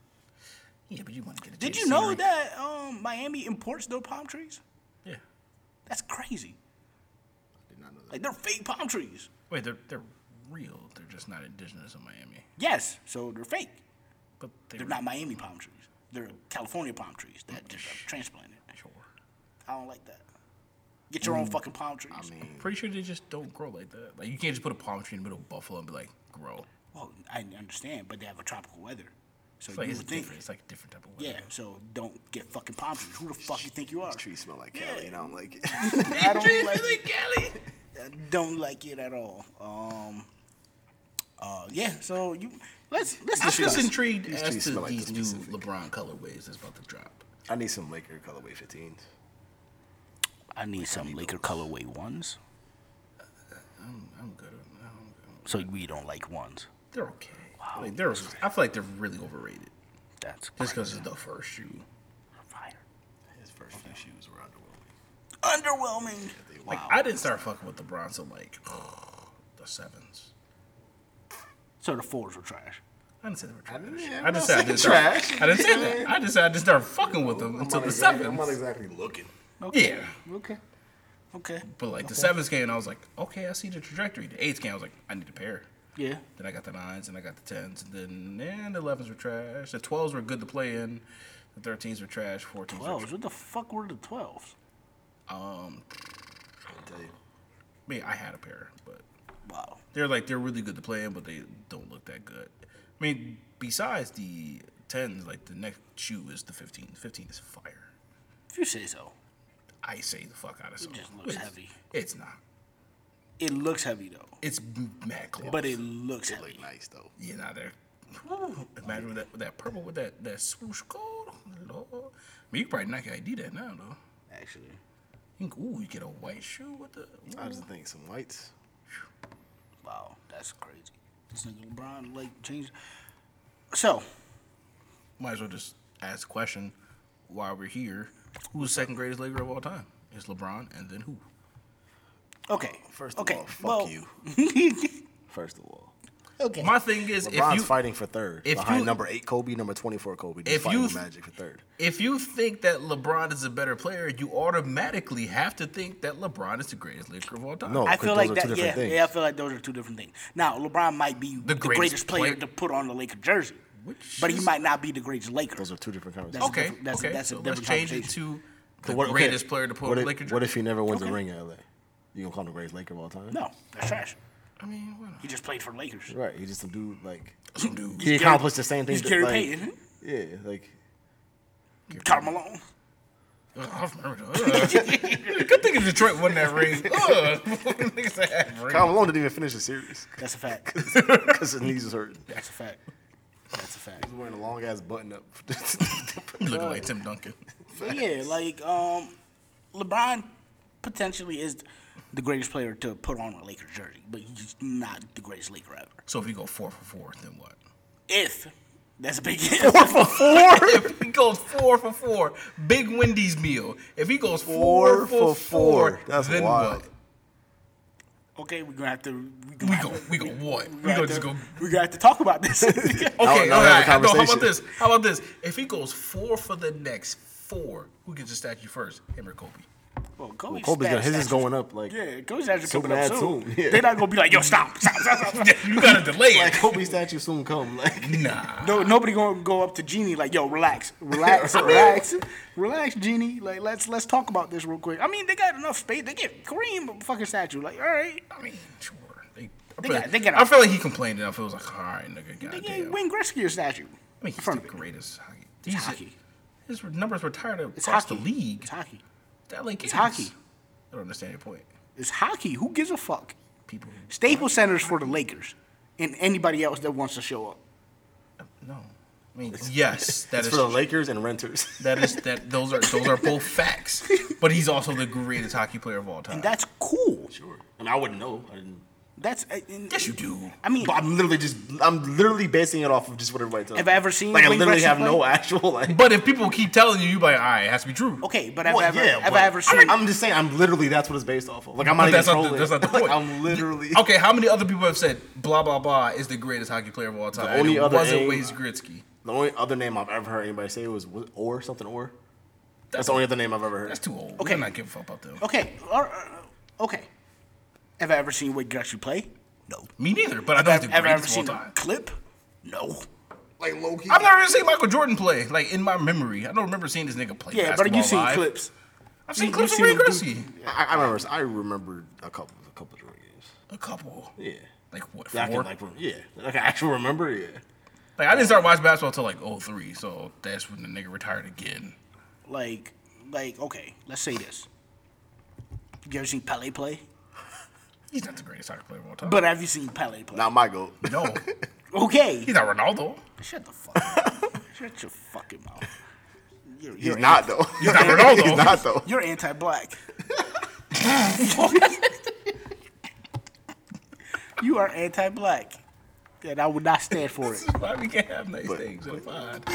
C: Yeah, but you want to get a
B: Did
C: change
B: you
C: of
B: know
C: scenery.
B: that um, Miami imports their palm trees?
C: Yeah.
B: That's crazy.
D: did not know that.
B: Like they're fake palm trees.
C: Wait, they're they're real. They're just not indigenous of Miami.
B: Yes, so they're fake.
C: But they
B: They're
C: were-
B: not Miami palm trees. They're California palm trees that just got transplanted.
C: Sure.
B: I don't like that. Get your own fucking palm trees.
D: I mean,
C: Pretty sure they just don't grow like that. Like you can't just put a palm tree in the middle of Buffalo and be like, grow.
B: well, I understand, but they have a tropical weather, so
C: It's like
B: you
C: it's
B: would think,
C: different. It's like a different type of weather.
B: yeah. So don't get fucking palm trees. Who the fuck you think you are?
D: trees smell like Cali, and I don't like it.
B: I don't like,
C: Like Cali.
B: I Uh, don't like it at all. Um, uh, yeah. So you let's let's
C: I'm just
B: discuss.
C: intrigued
D: These
C: as
D: trees
C: to
D: smell like
C: these
D: the
C: new
D: Pacific.
C: LeBron colorways that's about to drop.
D: I need some Laker colorway 15s.
B: I need some Laker colorway ones.
C: I'm, I'm good. on- I'm good.
B: So we don't like ones.
C: They're okay. Like they're. I feel like they're really overrated.
B: That's
C: Just because it's the first shoe.
B: fire.
D: His first few shoes were underwhelming.
B: Underwhelming.
C: Like I didn't start fucking with LeBron till like the sevens.
B: So the fours were trash.
C: I didn't say they were trash.
D: didn't-
C: I just said I
D: I'm
C: didn't
D: not saying
C: start. I didn't say that. I just said I didn't start fucking with them
D: I'm
C: until
D: not
C: the
D: exactly- I'm
C: sevens.
D: not exactly looking.
C: Yeah.
B: Okay. Okay.
C: But like the sevens came and I was like, okay, I see the trajectory. The eights came, I was like, I need a pair.
B: Yeah.
C: Then I got the nines and I got the tens and then and the elevens were trash. The twelves were good to play in. The thirteens were trash. Fourteens were
B: Twelves. What the fuck were the twelves?
C: trash. Um,
D: I tell you.
C: I mean, I had a pair, but
B: Wow.
C: they're like they're really good to play in, but they don't look that good. I mean, besides the tens, like the next shoe is the 15. 15 is fire.
B: If you say so.
C: I say the fuck out of something.
B: just looks heavy.
C: It's not.
B: It looks heavy though.
C: It's mad close.
B: But it looks heavy.
D: Look nice though.
C: you know they're. Ooh, imagine with that, with that purple with that that swoosh gold. Lord, I mean, you probably not gonna do that now though.
B: Actually.
C: You can- Ooh, you get a white shoe with the.
D: I just think some whites.
B: Wow. That's crazy. This nigga LeBron like changed. So
C: Might as well just ask the question while we're here. Who's the second greatest Laker of all time? It's LeBron, and then who?
B: okay.
D: First of
B: okay.
D: all, fuck
B: well,
D: you. First of all.
B: Okay.
C: My thing is, if
D: LeBron's
C: you
D: fighting for third.
C: if
D: behind
C: you-
D: number eight Kobe, number twenty four Kobe. Just
C: if
D: fighting
C: you-
D: the Magic for third.
C: if you think that LeBron is a better player, you automatically have to think that LeBron is the greatest Laker of all time.
D: No.
B: I
D: 'cause
B: feel
D: those
B: like
D: are
B: that.
D: two
B: Yeah,
D: different things.
B: yeah. I feel like those are two different things. Now, LeBron might be the, greatest,
C: greatest
B: player
C: play-
B: to put on the Laker jersey,
C: Which
B: but he
C: is-
B: might not be the greatest Laker.
D: Those are two different
B: That's
D: conversations.
B: a
C: Okay,
B: different- that's a-
C: okay.
B: that's a
C: so
B: different
C: let's change it
B: conversation.
C: to
D: So
C: the
D: what- okay,
C: greatest player to put on
D: what if,
C: Laker
D: What
C: jersey.
D: if he never wins a ring in LA? You gonna call him the greatest Laker of all time?
B: No, that's trash.
C: I mean, why not?
B: He just played for the Lakers.
D: Right. He just a dude like
C: Some dude.
D: he accomplished the same thing.
B: He's
D: that,
B: Gary
D: like,
B: Payton.
D: Yeah, like
B: Karl Malone.
C: Ugh, I don't remember. Uh, Ugh. Good thing if Detroit won that ring. Ugh. Niggas that had ring.
D: Kyle Malone didn't even finish the series
B: That's a fact.
D: because his knees was hurting.
B: That's a fact. That's a fact.
D: He's wearing a long ass button up.
C: Looking like Tim Duncan.
B: But yeah, like um, LeBron potentially is the greatest player to put on a Lakers jersey, but he's not the greatest Laker ever.
C: So if you go four for four, then what?
B: If that's a big if.
C: if he goes four for four, big Wendy's meal. If he goes four,
D: Four for
C: for four,
D: four. That's
C: then
D: wild.
C: what?
B: okay, we're gonna have to. We
C: We
B: gonna,
C: go, we go what? We
B: we
C: gonna
B: have
C: just
B: to,
C: go.
B: we gonna have to talk about this.
C: Okay,
D: now
C: all
D: we
C: right.
D: have a
C: No, how
D: conversation.
C: about this? How about this? If he goes four for the next four, who gets the statue first? Him or Kobe?
B: Well, Kobe's
D: Kobe's
B: stat-
D: gonna, his is
B: stats-
D: going up like
B: Yeah, Kobe's actually
D: So
B: coming up
D: mad
B: soon.
D: soon, yeah.
B: They're not gonna be like, yo, stop, stop, stop, stop. stop.
C: you gotta delay
D: like
C: it.
D: Kobe statue soon come like
C: Nah.
B: No, nobody gonna go up to Genie like, yo, relax, relax, relax, relax, Genie. Like, let's let's talk about this real quick. I mean, they got enough space. They get Kareem a fucking statue. Like, all right,
C: I mean, sure. They, I,
B: They
C: feel
B: got-
C: like,
B: they got
C: I
B: a-
C: feel like he complained enough. It was like, all right, nigga,
B: they
C: goddamn.
B: gave Wayne Gretzky a statue.
C: I mean, he's the
B: front of it.
C: greatest hockey. He's
B: hockey.
C: His numbers were tired of
B: It's
C: across
B: hockey.
C: the league.
B: It's hockey.
C: That like it's
B: hockey.
C: I don't understand your point.
B: It's hockey. Who gives a fuck?
C: People, who-
B: Staples Center's for the Lakers and anybody else that wants to show up.
C: no. I mean, yes, that
D: it's
C: is
D: for the Lakers and renters.
C: that is that. Those are those are both facts. But he's also the greatest hockey player of all time.
B: And that's cool.
D: Sure. I mean, I wouldn't know. I didn't.
B: That's uh, and-
C: yes, you do.
B: I mean,
D: But I'm literally just I'm literally basing it off of just what everybody tells
B: Have
D: me.
B: I ever seen
D: like I
B: Wayne
D: literally
B: Gretzky
D: have
B: play?
D: no actual like.
C: But if people keep telling you, you like, all right, it has to be true.
B: okay, but have
D: Well,
B: I ever
D: yeah,
B: have
D: but-
B: I ever seen?
D: I'm just saying I'm literally that's what it's based off of. Like I'm not
C: But
D: even
C: that's not,
D: trolling.
C: the, that's not the
D: Like,
C: point.
D: I'm literally
C: okay. How many other people have said blah blah blah is the greatest hockey player of all time? and
D: only
C: it
D: other
C: wasn't
D: name-
C: Wayne Gretzky.
D: the only other name I've ever heard anybody say was was- or something or. That's the only other name I've ever heard.
C: That's too old.
B: Okay.
C: Okay, not give a fuck about them.
B: okay, or, okay. Have I ever seen Wayne Gretzky play? No.
C: Me neither. But I know he's the
B: Have I ever
C: greatest of
B: seen
C: all
B: a
C: time.
B: clip? No.
D: Like Loki.
C: I've never even seen Michael Jordan play. Like in my memory, I don't remember seeing this nigga play.
B: Yeah, but
C: basketball
B: you seen
C: live.
B: clips.
C: I've seen
B: You-
C: clips of
B: you
C: Wayne
B: seen
C: Gretzky.
D: I, I remember. I remember a couple a couple of Jordan games.
C: A couple.
D: Yeah.
C: Like what?
D: That I
C: four?
D: can
C: Like,
D: like rem- yeah. That I can actually remember yeah.
C: I didn't start watching basketball until like 03, so that's when the nigga retired again.
B: Like, like okay, let's say this. You ever seen Pele play?
C: He's not the greatest soccer player of all time.
B: But have you seen Pele play?
D: Not my goat.
C: no,
B: Okay.
C: he's not Ronaldo.
B: Shut the fuck up. Shut your fucking mouth. You're,
D: He's
B: you're
D: not though.
C: He's not Ronaldo.
D: He's not though.
B: Anti, you're anti-black. you are anti-black. And I would not stand for it.
C: This is why we can't have nice things in a pod.
D: Did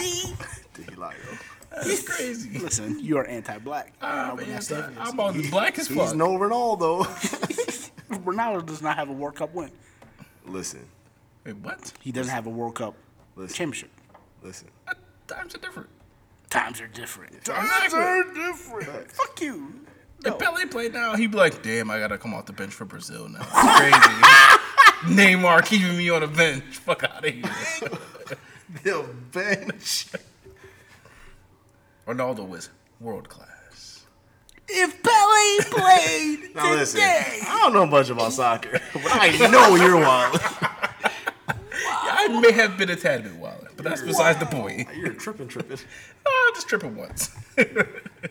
D: he lie though?
C: That's crazy.
B: Listen, you are anti-black.
C: Ah, man, it's not- I'm on the black as fuck.
D: He's no Ronaldo.
B: Ronaldo does not have a World Cup win.
D: listen,
C: Wait, what?
B: He doesn't have a World Cup
D: Listen.
B: championship.
D: listen.
C: What? Uh, Times are different.
B: Times are different.
C: Times are
B: different. Fuck you.
C: If Pele played now, he'd be like, damn, I gotta come off the bench for Brazil now. It's crazy. Neymar keeping me on the bench. Fuck out of here.
D: The bench.
C: Ronaldo was world class.
B: If Pele played
D: Now listen,
B: today,
D: I don't know much about soccer, but I know you're wild.
C: Yeah, I may have been a tad bit wild, but that's besides the point.
D: You're tripping, tripping.
C: Oh, just tripping once.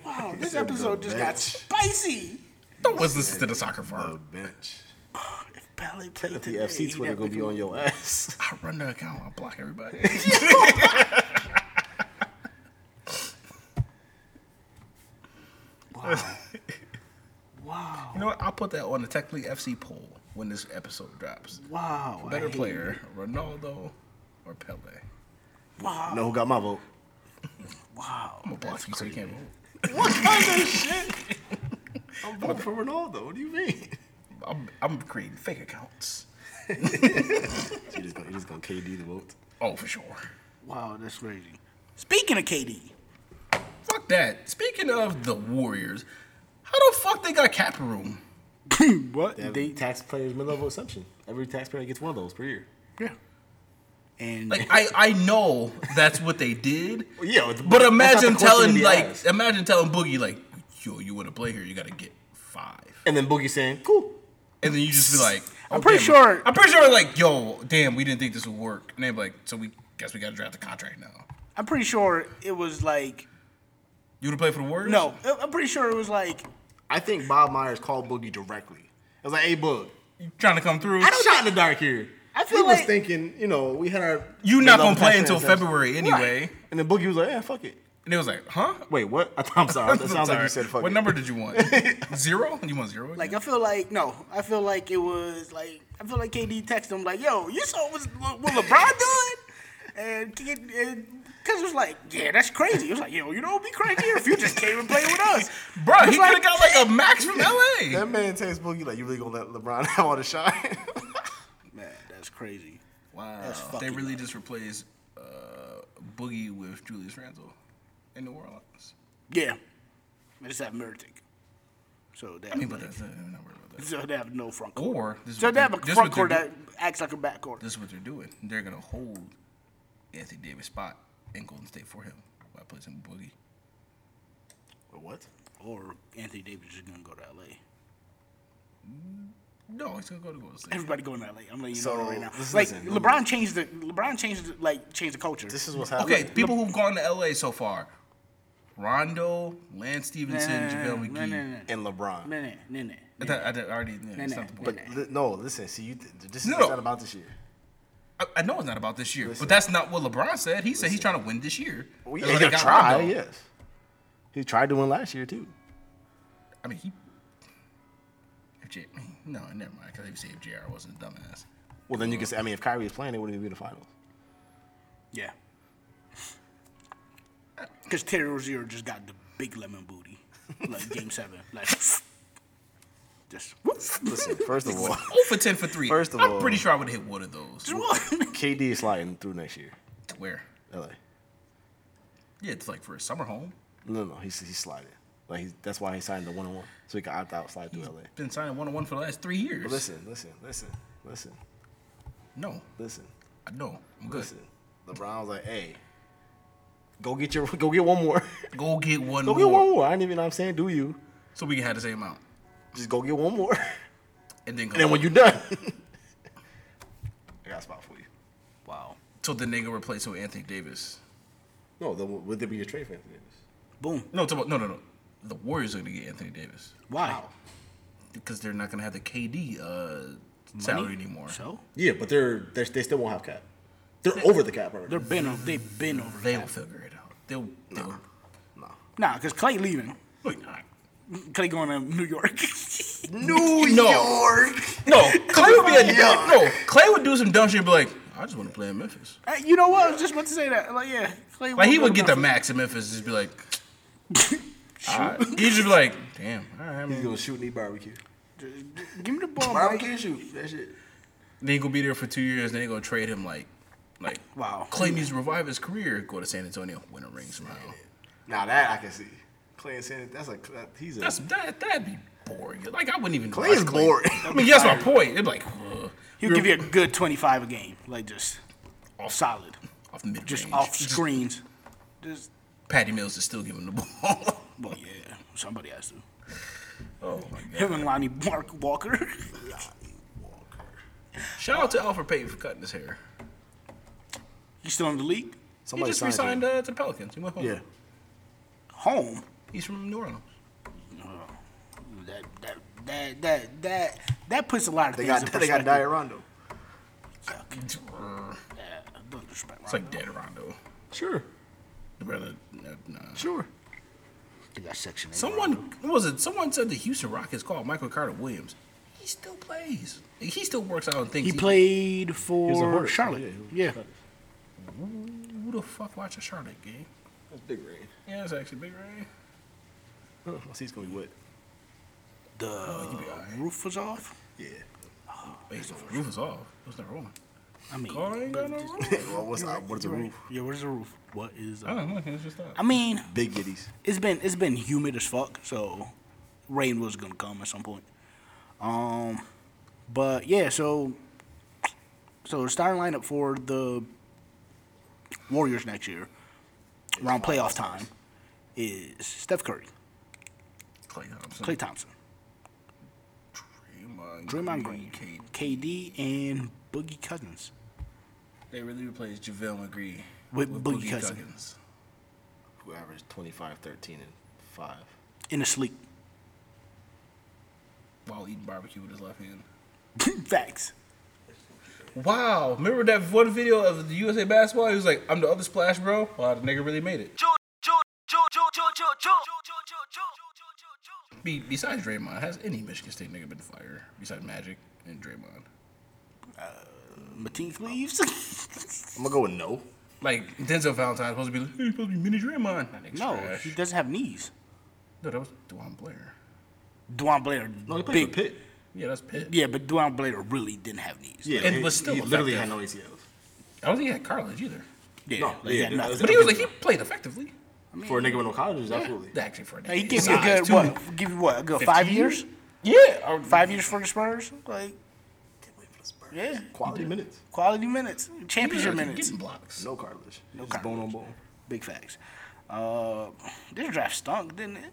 B: wow, this episode just got
D: bench.
B: spicy.
C: Don't listen to the soccer farm.
D: bench.
B: If Pele played
D: The
B: today,
D: FC
B: he'd
D: Twitter
B: have
D: gonna be on your ass.
C: I run the account. I block everybody.
B: Wow,
C: You know what? I'll put that on the Technically FC poll when this episode drops.
B: wow, I
C: Better
B: hate-
C: player, Ronaldo or Pele?
B: Wow,
D: Know who got my vote?
B: wow.
C: I'm gonna block you so you can't vote.
D: What kind of shit? I'm voting for Ronaldo. What do you mean?
C: I'm, I'm creating fake accounts.
D: You just gonna, you just gonna KD the vote.
C: Oh, for sure.
B: Wow, that's crazy. Speaking of KD,
C: Fuck that. Speaking of the Warriors, how the fuck they got Caperoon?
B: what
D: Every taxpayer's mid-level exemption. Every taxpayer gets one of those per year.
B: yeah, and
C: Like I, I know that's what they did.
D: Well, yeah, but-
C: but
D: that's
C: imagine
D: not the question to
C: telling
D: be
C: like
D: asked.
C: imagine telling Boogie like, yo, you want to play here? You gotta get five,
D: And then Boogie saying, "Cool."
C: and then you just be like,
B: I'm
C: oh,
B: pretty
C: damn.
B: sure-
C: I'm pretty sure like, yo, damn, we didn't think this would work. And they're like, so we guess we gotta draft a contract now.
B: I'm pretty sure it was like
C: You wanna play for the Warriors?
B: no, I- I'm pretty sure it was like
D: I think Bob Myers called Boogie directly. I was like, "Hey, Boog,
C: You trying to come through?
D: shot in the dark here."
B: I feel
D: we was
B: like-
D: thinking, you know, we had our
C: You not gonna play
D: mid-level taxpayer
C: until
D: exemption.
C: February anyway.
D: And then Boogie was like, "Yeah, fuck it."
C: And it was like, huh?
D: Wait, what? I'm sorry. That sounds like
C: Sorry.
D: you said fuck
C: What
D: it.
C: number did you want? zero? You want zero?
B: like
C: again?
B: I feel like no, I feel like it was like I feel like KD texted him like, "Yo, you saw what, what LeBron doing?" And because it was like, "Yeah, that's crazy." It was like, "Yo, you know, it'd be crazier if you just came and played with us,
C: Bro,
B: It was
C: he could have got like a max from LA.
D: That man takes Boogie like, "You really gonna let LeBron have all the shine?"
B: Man, that's crazy.
C: Wow.
B: That's
C: They
B: fucking
C: really just replaced uh, Boogie with Julius Randle in New Orleans.
B: Yeah, it's that Mertic. So they have,
C: I mean, but that's, uh, I'm not worried about that.
B: so they have no front court.
C: Or this is,
B: So
C: what
B: they have a
C: they're, this, is
B: front
C: what they're
B: court that
C: do-
B: acts like a back court.
C: this is what they're doing. They're gonna hold Anthony Davis spot in Golden State for him by placing Boogie.
D: what?
B: Or Anthony Davis is gonna go to LA.
C: No, he's gonna go to Golden State.
B: Everybody going to LA. I'm letting you
D: So,
B: know that right now.
D: listen,
B: Like
D: listen.
B: LeBron changed the LeBron changed the, like changed the culture.
D: This is what's happening.
C: Okay, people who've gone to LA so far: Rondo, Lance Stevenson, JaVale McGee.
B: no, no, no,
D: And LeBron.
B: no, no, no, no,
C: I,
B: no.
C: thought- I did- I already. Yeah, it's
B: no,
C: not the
B: no,
C: point.
B: no.
D: Li- no, listen. See, you. Th- this is
C: No.
D: it's not about this year.
C: I, I know it's not about this year, but that's not what LeBron said. He said he's trying to win this year.
D: Well,
C: That's
D: yeah,
C: why
D: he'll
C: they got
D: try.
C: Rondo.
D: Yes, he tried to win last year too.
C: I mean, he. If J, no, never mind. Because they say if JR wasn't a dumbass.
D: Well, then you can say, I mean, if Kyrie was playing, they wouldn't even be in the finals.
B: Yeah. Because Terry Rozier just got the big lemon booty, like Game Seven, like just whoop.
D: Listen, first of all,
C: 0 Oh, for 10 for 3.
D: First of
C: I'm
D: all-
C: pretty sure I would hit one of those.
D: KD is sliding through next year.
C: Where?
D: LA.
C: Yeah, it's like for a summer home.
D: No, no, he's he's sliding. Like he's, that's why he signed the one on one, so he can opt out, slide through LA.
C: Been signing one on one for the last three years.
D: Listen, listen, listen, listen,
C: No,
D: listen,
C: I know. I'm good.
D: listen. LeBron was like, hey, go get your, go get one more,
C: Go get one
D: go
C: more.
D: get one more. I didn't even know what I'm saying. Do you?
C: So we can have the same amount.
D: Just go get one more,
C: And then go.
D: and then when you're done, I got a spot for you.
B: Wow.
C: So then they go replace it with Anthony Davis.
D: No, then would there be a trade for Anthony Davis?
B: Boom.
C: No, it's about, no, no, no. The Warriors are going to get Anthony Davis
B: Why?
C: because they're not going to have the KD uh, salary anymore.
B: So
D: Yeah, but they're, they're they still won't have cap. They're over the cap already.
B: they're been o- they've been over.
C: they
B: They,
C: will figure it out. They'll. they'll
D: no.
B: nah, because Clay leaving.
C: no, you're not.
B: Clay going to New York.
D: New
C: No.
D: York.
C: No, Clay would be a
D: Yuck.
C: no. Clay would do some dumb shit and be like, I just want to play in Memphis.
B: Hey, you know what? I was just about to say that. Like yeah, Clay.
C: Like
B: won't
C: he
B: go
C: would
B: to
C: get the
B: Memphis.
C: max in Memphis, and just be like, alright. he'd just be like, damn. All right, I mean,
D: He's gonna shoot and eat barbecue.
B: Give me the ball, Mike.
D: Barbecue shoot. That shit.
C: then he gonna be there for two years, then they gonna trade him like, like
B: Wow.
C: Clay needs to revive his career, go to San Antonio, win a ring somehow.
D: Now that I can see. Clay and Sanders, that's a that, he's a
C: That's that that'd be boring. Like I wouldn't even.
D: Clay's
C: watch
D: boring.
C: I mean, that's my point. It'd be like ugh.
B: He'll give you a good 25 a game, like just off solid,
C: off mid
B: just off screens. Just
C: Patty Mills is still giving the ball.
B: well, yeah, somebody has to.
C: oh my god!
B: Him and Lonnie Mark Walker.
C: Shout out to Alfred Payton for cutting his hair.
B: He's still in the league.
C: He
D: somebody
C: just resigned uh, to the Pelicans. He went home.
D: Yeah.
B: Home. Oh,
C: He's from New Orleans.
B: That that that that that that puts a lot of
D: They
B: things
D: got
B: in
D: they got Diet
B: perspective.
D: Rondo.
C: It's
B: Yeah, don't disrespect
C: like
B: Rondo.
C: dead Rondo.
D: Sure.
C: The brother,
B: uh,
C: no, no.
D: Sure.
B: They got Section 8
C: Someone what was it? Someone said the Houston Rockets called Michael Carter Williams. He still plays. He still works out and thinks.
B: He played for
D: Hornet.
B: Charlotte.
D: Yeah,
B: Yeah.
C: Who the fuck watch a Charlotte game?
D: That's big rain.
C: Yeah, it's actually big rain.
D: Oh, I see it's gonna be wet.
B: The roof was off.
D: Yeah.
C: Wait, so the roof was off. It was never on.
B: Oh, I mean,
C: Car ain't got no roof.
D: well, what's uh, what's the roof?
B: yeah, where's the roof? What is?
C: I don't know. It's just that.
B: I mean,
D: Big giddies.
B: it's been it's been humid as fuck, so rain was gonna come at some point. Um, but yeah, so so the starting lineup for the Warriors next year around playoff time is Steph Curry,
C: Clay Thompson.
D: Mm-hmm.
B: Klay Thompson,
C: Draymond,
B: Draymond Green,
D: Mm-hmm.
C: Kate.
B: KD, and Boogie Cousins.
C: They really replaced JaVale McGree
B: With Boogie Cousins.
D: Who averaged 25, 13, and five.
B: in the sleep.
C: while eating barbecue with his left hand.
B: Facts.
C: Wow. Remember that one video of the USA basketball? He was like, I'm the other splash, bro. Wow, the nigga really made it. Be- besides Draymond, has any Michigan State nigga been fired besides Magic and Draymond?
D: Oh,
B: Matisse leaves.
D: I'm gonna go with no.
C: Like, Denzel Valentine supposed to be like, hey, you supposed to be mini Draymond. That nigga's
B: no,
C: trash.
B: he doesn't have knees.
C: No, that was Dwan Blair.
B: Dwan Blair,
D: No, they played
B: big.
D: for Pitt.
C: Yeah, that's Pitt.
B: Yeah, but Dwan Blair really didn't have knees.
D: Yeah,
C: And
D: he-
C: was still
D: he literally had
C: effective.
D: no ACLs.
C: I don't think he had college either.
B: yeah,
D: No,
B: like,
D: yeah,
B: he had
D: that
B: nothing.
D: was-
C: But he was like, he played effectively.
D: For a nigga with no colleges, absolutely.
C: Actually, for a nigga.
B: He
C: his
B: gave you a
C: size,
B: good
C: too.
B: what? Give you what? A good five
C: 15?
B: years?
C: Yeah. or-
B: Five years for the Spurs? Like, yeah,
D: Quality minutes.
B: quality minutes, championship
C: Yeah,
B: minutes,
C: Getting blocks.
D: No cartilage. No
B: cartilage.
D: Just bone on bone.
B: big facts. Uh, this draft stunk, didn't it?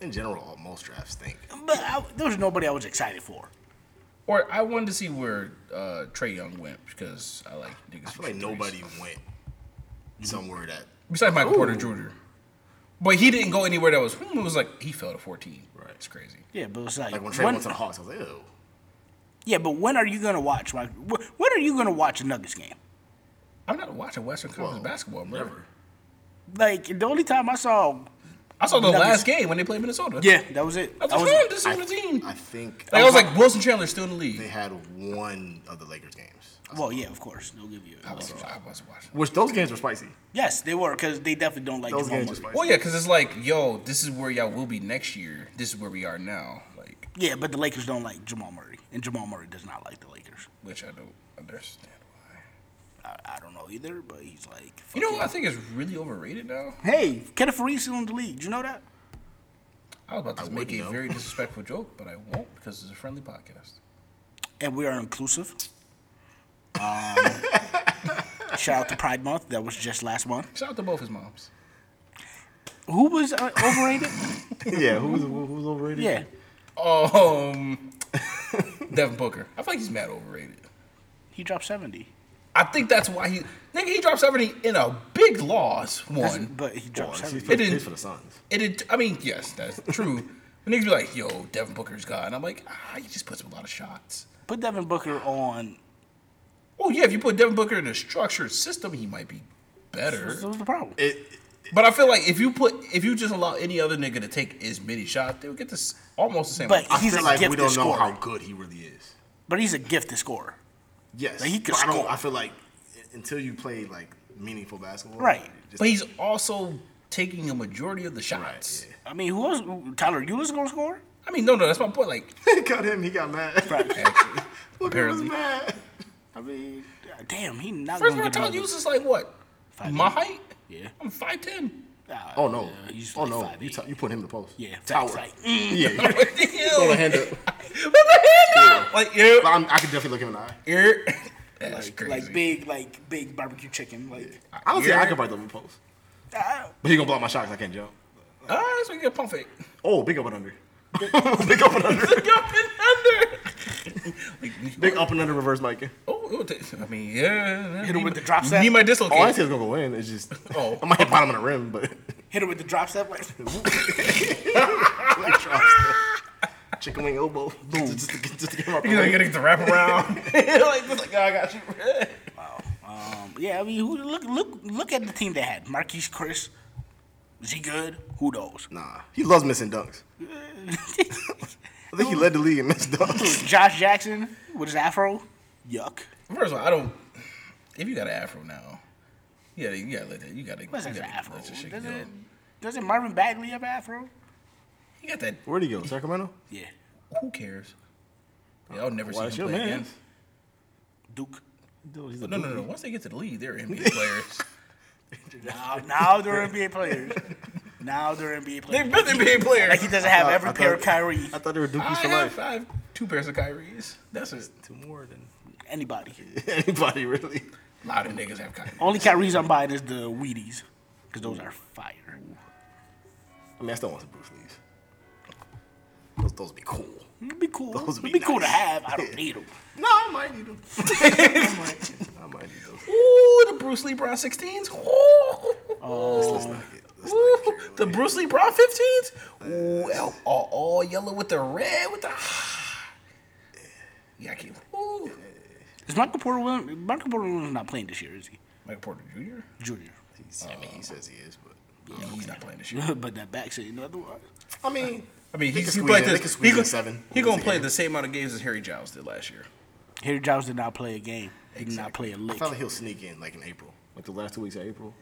D: In general, most drafts stink.
B: But I, there was nobody I was excited for.
C: Or I wanted to see where uh, Trey Young went because I like niggas.
D: I feel like nobody went somewhere that
C: besides Michael Porter Jr. But he didn't go anywhere that was. hmm, It was like he fell to 14. Right. It's crazy.
B: Yeah, but it's like,
D: like when Trey
B: when,
D: went to the Hawks. I was like, ew.
B: yeah, but when are you gonna watch? Like, wh- when are you gonna watch a Nuggets game?
C: I'm not watching Western Conference
D: Well,
C: basketball, bro.
D: never.
B: Like the only time I saw,
C: I saw the
B: Nuggets.
C: last game when they played Minnesota.
B: yeah, that was it.
C: I was
B: That
C: like,
B: was-
C: "Hmm, this is
D: I,
C: the team.
D: I think
C: like, I was like, Wilson Chandler's still in the
D: they
C: league.
D: had one of the Lakers games,
B: well, yeah, of course, they'll give you.
C: I was, I was watching.
D: which those games were spicy.
B: Yes, they were because they definitely don't like
D: Those
B: Jamal
D: games were
B: Murray.
D: spicy.
C: Well, yeah, because it's like, yo, this is where y'all will be next year. This is where we are now. Like,
B: Yeah, but the Lakers don't like Jamal Murray, and Jamal Murray does not like the Lakers.
C: which I don't understand why.
B: I, I don't know either, but he's like,
C: You know what I think is really overrated now?
B: hey, Kenneth Fareed's still in the league. Did you know that?
C: I was about to make
D: wouldn't
C: a
D: know.
C: very disrespectful joke, but I won't because it's a friendly podcast.
B: And we are inclusive. Um, shout out to Pride Month. That was just last month.
C: Shout out to both his moms.
B: Who was uh, overrated?
D: yeah, who was who was overrated?
B: yeah,
C: Um, Devin Booker. I feel like he's mad overrated.
B: he dropped seventy.
C: I think that's why he nigga he dropped seventy in a big loss
B: That's-
C: one.
B: but he dropped
D: Well, he's
B: seventy.
D: for,
C: It is-
D: he's for the Suns.
C: And it, I mean, yes, that's true. But niggas be like, "Yo, Devin Booker's God," and I'm like, "Ah, he just puts up a lot of shots."
B: Put Devin Booker on.
C: Oh yeah, if you put Devin Booker in a structured system, he might be better.
B: What was the problem?
D: It,
C: But I feel like if you put if you just allow any other nigga to take as many shots, they would get this almost the same.
B: But
C: result.
D: I
B: He's
D: feel
B: a
D: like we
B: gifted
D: don't know
B: scorer.
D: how good he really is.
B: But he's a gifted scorer.
D: Yes,
B: Like, he could
D: but I don't.
B: score.
D: I feel like until you play like meaningful basketball,
B: Right.
D: you just-
C: but he's also taking a majority of the shots.
D: yeah.
B: I mean, who else? Tyler Eulis gonna score?
C: I mean, no, no, that's my point. Like,
D: They cut him. He got mad.
C: actually,
D: Look, he was
C: apparently,
D: mad.
B: I mean, damn, he not
C: first of
B: gonna
C: all,
B: get
C: Tyler
B: another-
C: Hughes is like what?
B: Five
C: my
B: eight.
C: height?
B: Yeah.
C: I'm five ten.
B: Nah,
D: Oh no!
B: yeah, he's
D: oh
B: like
D: no!
B: 5'8".
D: You, t- you put him in the post.
B: Yeah, facts,
D: tower.
B: like,
D: yeah, you throw the hand up.
C: What the hell? no? Like,
D: But
C: ew.
D: I'm, I can definitely look him in the eye.
C: ew. That's
B: like,
C: crazy.
B: like big, like big barbecue chicken. Like,
D: I don't think
C: Yeah.
D: I can break them in the post.
B: ah,
D: But he gonna block my shot 'cause I can't jump.
C: All right, so we get pump fake.
D: Oh, big up and under. big up and under.
C: Big up and under. like,
D: Big up and under reverse Mike.
C: oh, it would take- I mean, yeah.
B: Hit him
C: Need
B: with
C: my-
B: the drop set.
C: Need my
D: Oh, I didn't
C: dislocate.
D: say it's gonna go in. It's just
C: Oh.
D: I might hit bottom of the rim, but
B: hit her with the drop step. Like,
D: chicken wing elbow. Boom. just, to, get- just to get him off the
C: You know,
D: rim.
C: getting to wrap around. like, just like, oh, I got you.
B: um, yeah, I mean, who, look, look, look at the team they had. Marquise Chris, is he good? Who knows?
D: Nah, he loves missing dunks. I think he led the league in missed dunks.
B: Josh Jackson with his afro, yuck.
C: First of all, I don't. If you got an afro now, yeah, you gotta let that. You gotta.
B: What's
C: you
B: his
C: gotta
B: afro?
C: let your shit go.
B: Doesn't, doesn't Marvin Bagley have afro?
C: You got that.
D: Where'd he go? Sacramento?
B: Yeah,
C: Who cares? Yeah, I'll never
D: Why,
C: see
D: it's
C: him
D: your
C: play
D: man.
C: again.
B: Duke.
D: Dude, he's a
C: No, no, no. Once they get to the league, they're NBA players.
B: Now, now they're NBA players. Now they're NBA
C: They're
B: players.
C: both NBA players.
B: Like he doesn't have
D: I
B: every
D: thought-
B: pair of Kyrie.
D: I thought they were
C: I
D: dookies for
C: have,
D: life.
C: I have two pairs of Kyries. That's it.
D: Two more than
B: Anybody.
D: anybody really.
C: A lot of niggas have Kyrie.
B: Only Kyrie's I'm buying is the Wheaties, because those are fire.
D: I mean, I still want some Bruce Lees. Those, those would be cool.
B: It'd be cool.
D: Those
B: It'd
D: would
B: be,
D: be
B: cool to
D: nice.
B: have. I don't need them.
D: No, I might need them. I, might, I might need those.
C: Ooh, the Bruce Lee Brown 16s. Ooh.
D: Oh, Let's not get- let's
C: Ooh,
D: not get
C: the
D: away.
C: Bruce Lee Brown 15s. Ooh, all, all, all yellow with the red with the. Yeah, I keep. Ooh.
B: Is Michael Porter Williams? Michael Porter Williams not playing this year, is he?
C: Michael Porter Jr.
B: Junior.
D: He's- I mean, he says he is, but
C: Yeah, he's not playing this year.
B: but that back said no otherwise.
D: I mean,
C: I mean,
D: They
C: he's
D: can
C: he
D: squeeze
C: played
D: in- they can
C: this.
D: squeeze
C: he
D: in
C: go-
D: seven
C: He
D: wins
C: gonna
D: a
C: play
D: game.
C: the same amount of games as Harry Giles did last year.
B: Harry Giles did not play a game. He did not play a
D: I
B: lick.
D: feel like he'll sneak in like in April, like the last two weeks of April.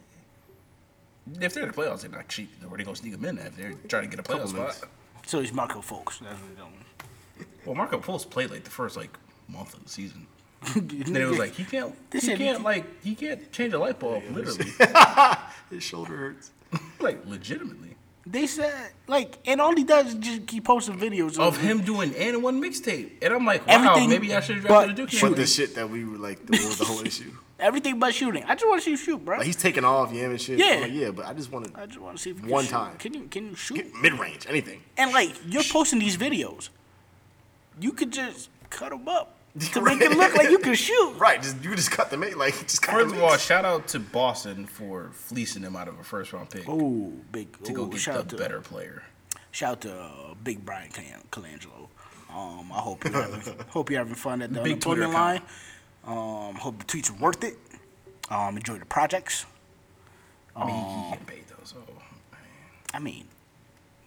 C: If they're in the playoffs, they're not cheap. Where they gonna sneak him in at if they're trying to get a playoff
D: Couple minutes.
C: spot?
B: So he's Marco Folks. That's what he's
C: Well, Marco Pulse played like the first like month of the season.
B: doing.
C: And then it was like he can't,
B: This
C: he
B: shit-
C: can't like he can't change a light bulb literally,
D: His shoulder hurts.
C: like legitimately.
B: they said like, and all he does is just keep posting videos
C: Of him doing and one mixtape, and I'm like, wow,
B: Everything
C: maybe I should have
B: but
C: drafted a Duke.
D: But the
C: nigga.
D: shit that we were like, the, was the whole issue.
B: everything but shooting. I just want to see you shoot, bro.
D: Like he's taking off, yeah, and shit. I'm
B: Yeah.
D: like, yeah, but I just want
B: I
D: to
B: just want to see if you can
D: One
B: shoot.
D: time.
B: Can you can you shoot?
D: get mid range, anything.
B: and like you're posting these videos, you could just cut them up to make it
D: Right.
B: look like you can shoot.
D: Right, just you just cut the mate, like just cut
C: First
D: the
C: of all,
D: mix.
C: shout out to Boston for fleecing him out of a first round pick
B: Oh, big!
C: to go
B: ooh,
C: get
B: shout out
C: the
B: to
C: better player.
B: shout out to uh, Big Brian Cal- Colangelo. Um, I hope you're having, hope you're having fun at the
C: Big Twitter
B: unemployment line. Um, hope the tweets are worth it. Um, enjoy the projects.
C: I mean,
B: Uh-huh.
C: he getting paid though, so
B: I mean,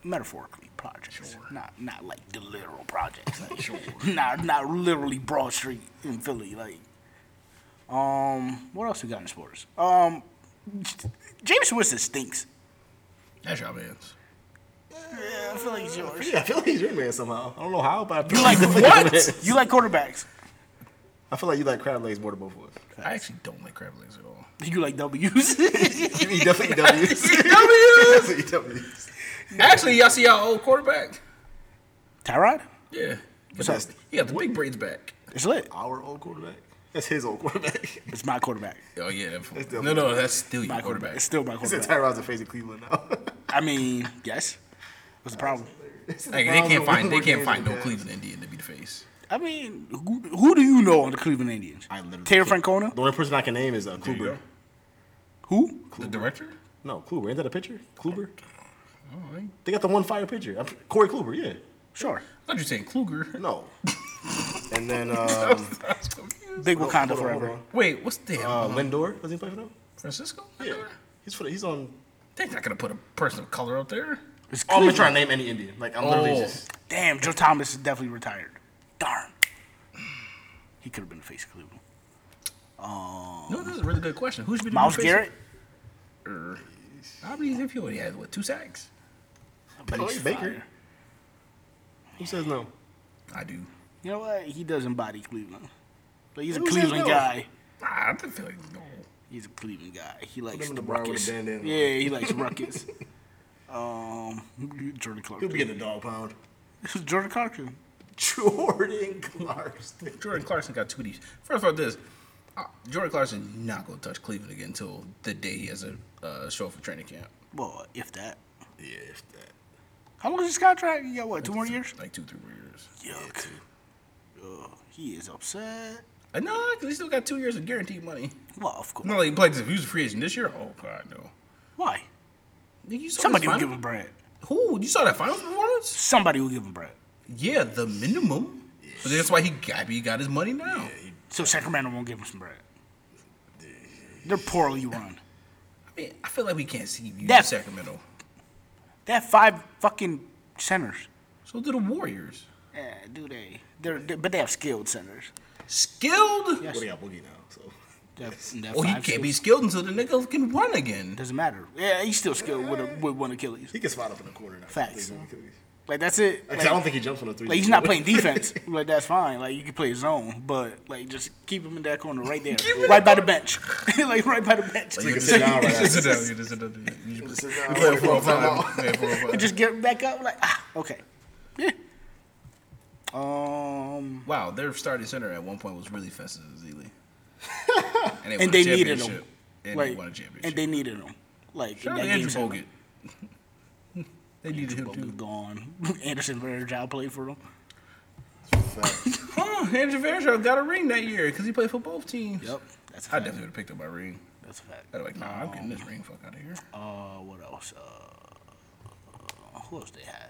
B: metaphorically projects, not not like the literal projects, like,
C: Sure.
B: not not literally Broad Street in Philly. Like, um, what else we got in sports? Um, James Winston stinks.
C: that's your man's.
B: Yeah, I feel like he's yours.
D: yeah, I feel like he's your man somehow. I don't know how, but I feel
B: You like
D: he's your man.
B: what? You like quarterbacks.
D: I feel like you like crab legs more than both of us.
C: I actually don't like crab legs at all.
B: You like W's.
D: You eat definitely W's.
C: W's.
D: You eat W's.
C: Actually, y'all see our old quarterback?
B: Tyrod?
C: Yeah,
B: What's up?
C: he got the big braids back.
B: It's lit.
D: Our old quarterback. That's his old quarterback.
B: It's my quarterback.
C: Oh yeah, that-
D: the-
C: no, no, that's still
B: My quarterback.
C: your quarterback.
B: It's still my
D: He said
B: quarterback.
D: Tyrod's the face of Cleveland now.
B: I mean, yes. What's the problem?
C: Like, they can't find they can't find no Cleveland Indian to be the face.
B: I mean, who, who do you know on the Cleveland Indians?
D: I literally
B: Terry
D: can't-
B: Francona?
D: The only person I can name is uh,
C: There you
D: Kluber.
C: go.
B: Who?
C: The director?
D: No, Kluber. Ain't that a pitcher? Kluber.
C: Oh, I I
D: They got the one fire pitcher. I'm- Corey Kluber. Yeah.
B: Sure.
C: thought you were saying Kluger.
D: No. and then um,
C: I was confused.
B: Big Wakanda
D: hold on,
B: forever.
D: hold
C: Wait, what's the
D: uh, Lindor. Does he play for them?
C: Francisco?
D: Yeah. He's for the, he's on.
C: They're not gonna put a person of color up there.
B: It's
D: Oh, I'm
B: Cleveland.
D: just trying to name any Indian. Like I'm literally
C: Oh.
D: just.
B: Damn, Joe Thomas is definitely retired. Darn. He could have been the face of Cleveland.
C: No, this is a really good question. Who should be the
B: Miles
C: new face?
B: Garrett?
C: Er, How many if he only had what two sacks?
B: But
D: Oh,
B: he's
D: he's Baker.
B: fire.
D: Who says no?
C: I do.
B: You know what? He does embody Cleveland. But he's a
D: Who says
B: Cleveland
D: no?
B: guy.
C: Nah, I don't feel like no.
B: He's a Cleveland guy. He likes
E: him in
B: the
E: the bar with a
B: ruckus.
E: bandana on.
B: Yeah, he likes ruckus. um, Jordan
E: He'll
B: Clarkson.
E: be getting a dog pound.
B: Jordan Clarkson.
E: Jordan Clarkson.
C: Jordan Clarkson got two of these. First of all, this uh, Jordan Clarkson not gonna touch Cleveland again until the day he has a uh, show up for training camp,
B: Well, if that.
E: Yeah, if that.
B: How long is his contract? You got what? Two more years?
C: like two, three more years.
B: Yuck. Ugh, he is upset.
C: Uh, no, 'cause he still got two years of guaranteed money.
B: Well, of course.
C: No, like he played. If he was a free agent this year, oh god, no.
B: Why?
C: Nigga, you saw
B: Somebody
C: this
B: will
C: final-
B: give him bread.
C: Who? You saw that final performance?
B: Somebody will give him bread.
C: Yeah, the minimum. But that's why he got he got his money now.
B: So Sacramento won't give him some bread. They're poorly run.
C: I mean, I feel like we can't see you
B: That-
C: Sacramento.
B: They have five fucking centers.
C: So do the Warriors.
B: Yeah, do they? They're, they- but they have skilled centers.
C: Skilled?
E: What do you got boogie now? So
B: They have, they have
C: Well, Oh,
B: five
C: he can't
B: skilled-
C: be skilled until the nigga can run again.
B: Doesn't matter. Yeah, he's still skilled with a, with one Achilles.
E: he can spot up in the corner now.
B: Facts.
E: Like, I
B: Like that's it. Like,
E: don't think he jumps on the three.
B: like, he's not playing defense. like that's fine. Like you can play zone, but like just keep him in that corner right there,
C: Keep him in
B: right by the bench, like right by the bench.
C: You
E: sit down right
C: just sit down, you just sit down. You just-
E: Sit
C: you
E: down.
C: play four or five, you play four or five.
B: And just get back up. Like ah, okay, yeah. Um,
C: Wow, their starting center at one point was really fast as Azili. And
B: and
C: won a
B: they needed him.
C: championship. And
B: like,
C: they won a championship.
B: and they needed him. Like
C: Shout out to
B: that
C: Andrew
B: game seven,
C: Bogut. they needed him
B: Bogut
C: too.
B: gone. Anderson Varejao played for them.
C: Huh, Andrew Fairchild got a ring that year because he played for both teams.
B: Yep, that's a
C: I
B: fact.
C: definitely would have picked up my ring.
B: That's a fact.
C: I'd be like, nah, I'm getting this ring fuck out of here.
B: Uh, what else? Uh, who else they had?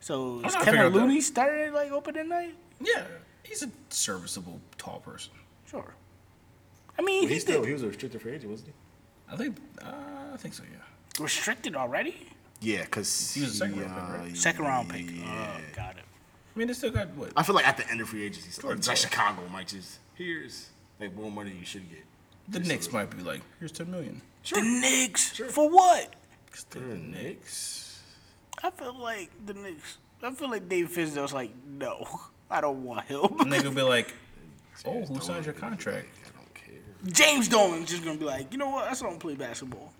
B: So
C: I'm
B: is
C: not figuring
B: Kevin
C: out that.
B: Looney starting like opening night?
C: Yeah, he's a serviceable, tall person.
B: Sure. I mean, he
E: He still
B: did-
E: he was a restricted free agent, wasn't
C: I think, uh, I think so. Yeah.
B: restricted already.
E: he? Yeah, because
C: He was a second round pick, right?
B: Second round pick. Oh, got it.
C: I mean, they still got what?
E: I feel like at the end of free agency, stuff, like Chicago might just here's like more money you should get.
C: The Knicks might be like, here's ten million.
B: The Knicks for what?
C: 'Cause they're the Knicks.
B: I feel like the Knicks. I feel like Dave Fisdale's like, no, I don't want him.
C: And they could be like, oh, who signed your contract?
E: I don't care.
B: James Dolan's just gonna be like, you know what? I still don't play basketball.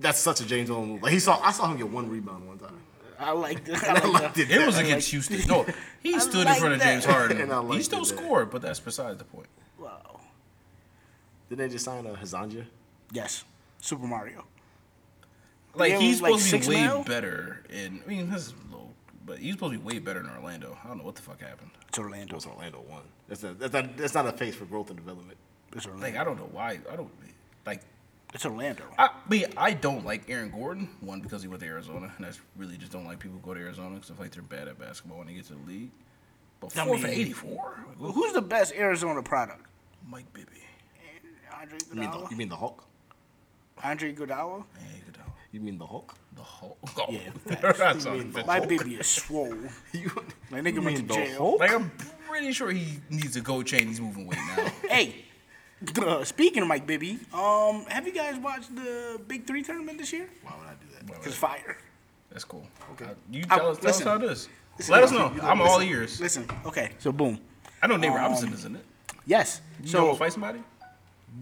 E: That's such a James Dolan move. Like he saw, I saw him get one rebound one time.
B: I like the. I like the
C: It was against Houston. No, he stood in
B: like
C: front of
B: that.
C: James Harden.
E: And I
C: he
E: liked
C: still
E: it.
C: scored, but that's beside the point.
B: wow.
E: Did they just sign a Hazanja?
B: Yes, Super Mario.
C: Like
B: Yeah,
C: he's
B: like
C: supposed
B: six
C: to be way
B: mil?
C: better in. I mean, this is low, but he's supposed to be way better in Orlando. I don't know what the fuck happened.
B: It's Orlando.
E: It's Orlando one. That's a, that's a, that's not a phase for growth and development.
B: It's
C: Like
B: Orlando.
C: I don't know why. I don't like.
B: It's Orlando.
C: I mean, I don't like Aaron Gordon. One because he went to Arizona, and I really just don't like people who go to Arizona because I feel like they're bad at basketball when they get to the league. But
B: I
C: four for
B: mean-
C: eighty-four,
B: Well, Who's the best Arizona product?
C: Mike Bibby.
B: Andre
E: You mean the, you
B: Iguodala.
E: mean the Hulk?
B: Andre Iguodala.
C: Man, you could tell.
E: You mean the Hulk?
C: the Hulk. Oh,
B: Yeah,
C: that's on the
B: My
C: Hulk.
B: baby is swole.
E: You,
B: Like nigga went to
E: mean the
B: jail.
E: Hulk?
C: Like I'm pretty sure he needs a gold chain. He's moving weight now.
B: Hey, uh, speaking of Mike Bibby, um, have you guys watched the Big Three tournament this year?
E: Why would I do that?
B: It's fire.
C: That's cool. Okay. you
B: I-
C: tell us, tell
B: listen.
C: us how it is.
B: Listen,
C: Let us
B: you-
C: know.
B: you
C: I'm all ears.
B: Listen, okay, so boom.
C: I know Nate Robinson is in it.
B: Yes.
C: You so,
B: Um, So
C: fight somebody?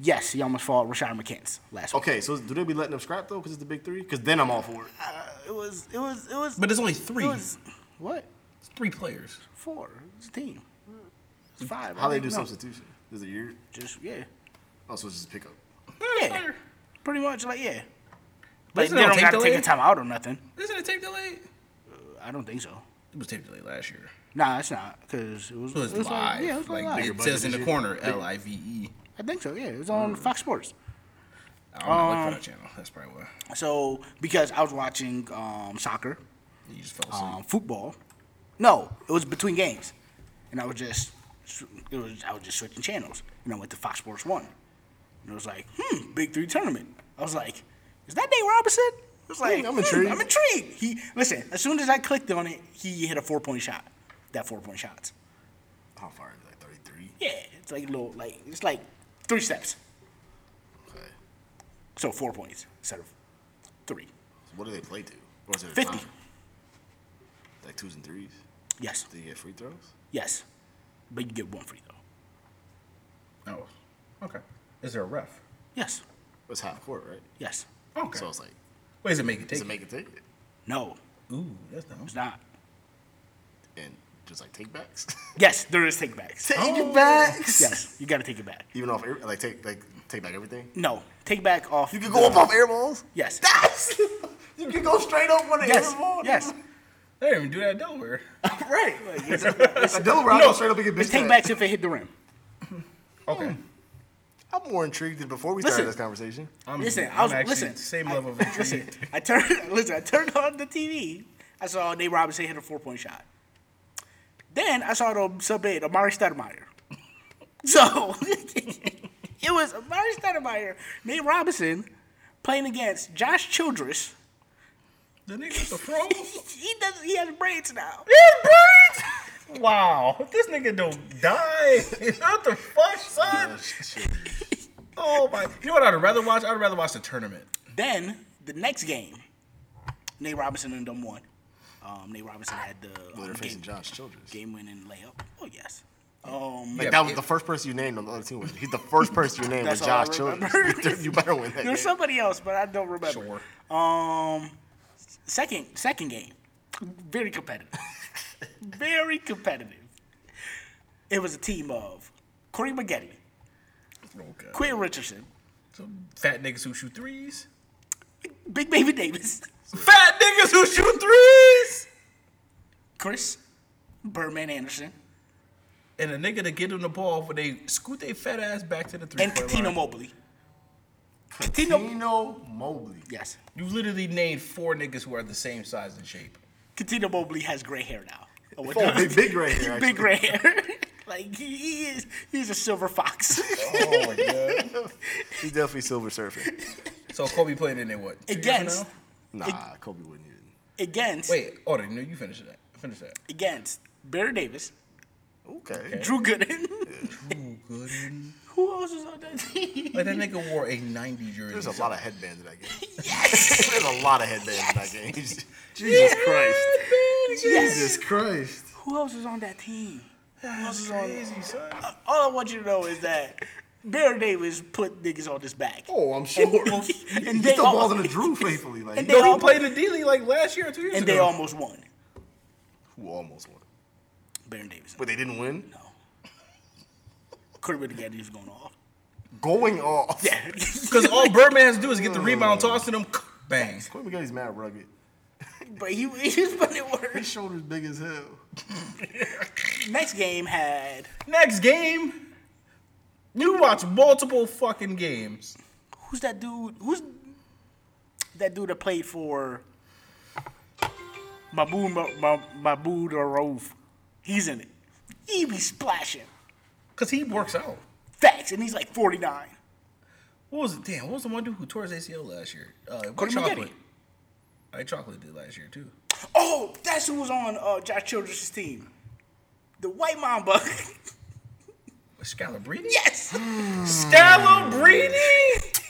B: yes, he almost fought Rashad McCants last week.
E: Okay, so do they be letting them scrap though? Because it's the big three. Because then I'm all for it.
B: Uh, It was it was it was
C: But there's only three.
B: it was what?
C: It's three players.
B: Four. It's a team. It's five. I
E: How they
B: think.
E: do
B: No,
E: substitution? Is it year?
B: Just yeah.
E: Oh, so it's just pick up.
B: Yeah. Pretty much like yeah. But
C: Doesn't
B: they
C: it
B: don't
C: take
B: gotta take
C: delay?
B: a time out or nothing.
C: Isn't it tape delayed?
B: I don't think so.
C: It was tape delayed last year.
B: Nah, it's not because it was,
C: It was,
B: it was
C: live.
B: Like, yeah, it was
C: like,
B: like live.
C: it says in the corner, L I V E.
B: I think so. Yeah, it was on Fox Sports.
C: I don't know,
B: Um,
C: look for that channel. That's probably why.
B: So because I was watching um, soccer,
C: You just fell asleep.
B: um, football. No, it was between games, and I was just it was I was just switching channels, and I went to Fox Sports One, and it was like, hmm, Big Three tournament. I was like, is that Nate Robinson? I was like,
E: Hmm, I'm
B: hmm,
E: intrigued.
B: I'm intrigued. He listen. As soon as I clicked on it, he hit a four point shot. That four point shot's
E: How far is it? Like 33.
B: yeah. It's like a little like it's like three steps.
E: Okay.
B: So four points instead of three.
E: So what do they play to? Or is it a
B: 50.
E: time? Like twos and threes.
B: Yes.
E: Do you get free throws?
B: Yes. But you get one free though.
C: Oh. Okay. Is there a ref?
B: Yes.
D: was half court, right?
B: Yes.
C: Okay.
D: So I was like,
C: Wait, does it make it take?
D: does it make a ticket?
B: No.
C: Ooh, that's dumb.
B: It's not.
D: And just like take backs.
B: Yes, there is take backs.
D: take it backs.
B: Yes, you got to take it back.
D: Even off every- like take like take back everything.
B: No, take back off.
D: You can go up off air balls.
B: Yes.
D: That's you can go straight up on the
B: Yes.
D: air ball.
B: Yes.
C: They didn't even do that in Delaware.
D: Right. Like, it's, it's a Delaware. No. go straight up and get
B: It's
D: bitch
B: take backs if it hit the rim.
C: Okay.
D: I'm more intrigued than before we
B: Listen.
D: started this conversation.
C: I'm,
B: Listen, I
C: I'm
B: was-
C: actually
B: listen,
C: same level of
B: Listen,
C: intrigue.
B: I turned. Listen, I turned on the TV. I saw Nate Robinson hit a four point shot. Then I saw it on sub eight, Amari Stoudemire. So it was Amari Stoudemire, Nate Robinson playing against Josh Childress.
C: the nigga's a pro.
B: He does. He has braids now.
C: wow, this nigga don't die. what the fuck, son? Oh my! You know what I'd rather watch? I'd rather watch the tournament.
B: Then the next game, Nate Robinson and them won. Um, Nate Robinson had the
D: Well,
B: um, game,
D: they're facing Josh Childress.
B: game winning layup. Oh yes. Um,
D: Like
C: Yeah,
D: that was
C: it-
D: the first person you named on the other team. Was, he's the first person you named was
B: That's all I
D: Josh Childress.
B: remember.
D: you better win
B: There's
D: that. game.
B: somebody else, but I don't remember.
C: Sure.
B: Um, second second game, very competitive, very competitive. It was a team of Corey Maggette,
C: Okay.
B: Quinn Richardson,
C: So, fat niggas who shoot threes.
B: Big Baby Davis,
C: Fat niggas who shoot threes.
B: Chris Birdman Anderson,
C: And a nigga to get them the ball when they scoot their fat ass back to the three
B: and
C: point
B: Katino
C: line.
B: Mobley. Katino,
D: Tino Mobley.
B: yes,
C: You literally named four niggas who are the same size and shape.
B: Katino Mobley has gray hair now. Oh, what
D: Oh,
B: the-
D: big, big right here.
B: big gray hair. like he, he is, he's a silver fox.
C: Oh my god.
D: He's definitely silver surfing.
C: So Kobe played in there what? two years from
B: against,
C: now?
D: Nah, Kobe wouldn't even.
B: against,
C: Wait, oh no, you finish that. Finish that.
B: against Barry Davis,
D: Okay.
B: Drew Gooden.
C: Good.
B: Who else is on that team?
C: Like that nigga wore a 90 jersey.
D: There's a lot of headbands in that game. There's a lot of headbands in that game. Jesus Christ. Jesus Christ.
B: Who else is on that team?
C: That's crazy, son.
B: All I want you to know is that Barry Davis put niggas on his back.
D: Oh, I'm sure.
B: And-
D: he
B: and
D: and
B: they
D: still
B: all-
D: balls in the Drew faithfully. Like
B: And
D: and
B: they
C: No,
B: all
C: he played in the D League like last year or two years
B: and
C: ago.
B: they almost won.
D: who almost won,
B: Baron Davis.
D: but they didn't win.
B: no. Kirby together was going off.
D: Going off.
B: Yeah.
C: Because all Birdman has to do is get the rebound, toss to them, bang.
D: Kobe got he's mad rugged.
B: but he, he was putting it worse.
D: His shoulders big as hell.
B: Next game had
C: Next game, you watch multiple fucking games.
B: who's that dude? Who's that dude that played for Mahmoud Ma- Ma- Mahmoud Arov? He's in it. He be splashing.
C: Because he works out.
B: Facts, and he's like 49.
C: What was it? Damn, what was the one dude who tore his ACL last year? Uh,
B: Cody
C: Chocolate.
B: Maggette.
C: I Chocolate did last year, too.
B: Oh, that's who was on uh, Josh Childress' team. The White Mamba.
C: Scalabrini?
B: yes!
C: Scalabrini?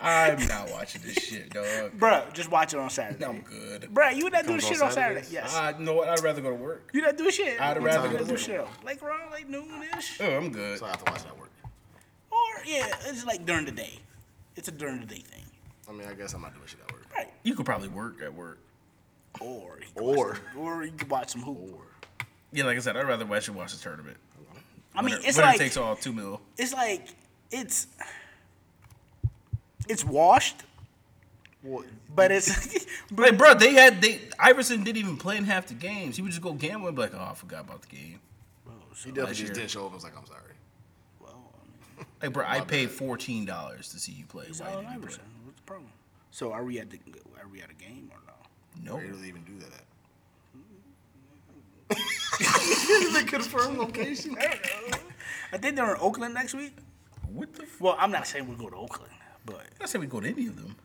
C: I'm not watching this shit, dog.
B: Bruh, just watch it on Saturday.
C: I'm good.
B: Bruh, you not doing
D: Comes on
B: shit on Saturday.
D: Saturdays?
B: Yes.
C: I you know what. I'd rather go to work.
B: you not doing shit.
C: I'd
B: You
C: rather
B: not
C: go to
B: doing
C: work.
B: shit. Like around like noonish.
C: Oh, I'm good.
D: So I have to watch that work.
B: Or, yeah, it's like during the day. It's a during the day thing.
D: I mean, I guess I'm not doing shit at work.
B: Right.
C: You could probably work at work.
B: Or, you can watch
D: Or
B: some- or you can watch some hoop.
C: Yeah, like I said, I'd rather watch you watch the tournament.
B: I mean,
C: Winner-
B: it's
C: winner
B: like,
C: takes all two mil.
B: it's like, it's, it's washed,
D: well,
B: but it's, but
C: Like, bro, they had they Iverson didn't even play in half the games. He would just go gamble and be like, oh, I forgot about the game.
B: Oh,
D: he definitely
C: year.
D: just didn't show up. and was like, I'm sorry.
C: Like, bro, I paid fourteen dollars to see you play. Why
B: Allen
C: didn't you
B: Iverson. What's the problem? So are we at the are we at a game or no?
C: play?
D: Where
C: No,
D: do they even do that at? Is it confirmed location?
B: I think they're in Oakland next week.
C: what the? F-
B: Well, I'm not saying we go to Oakland, but
C: I said we go to any of them.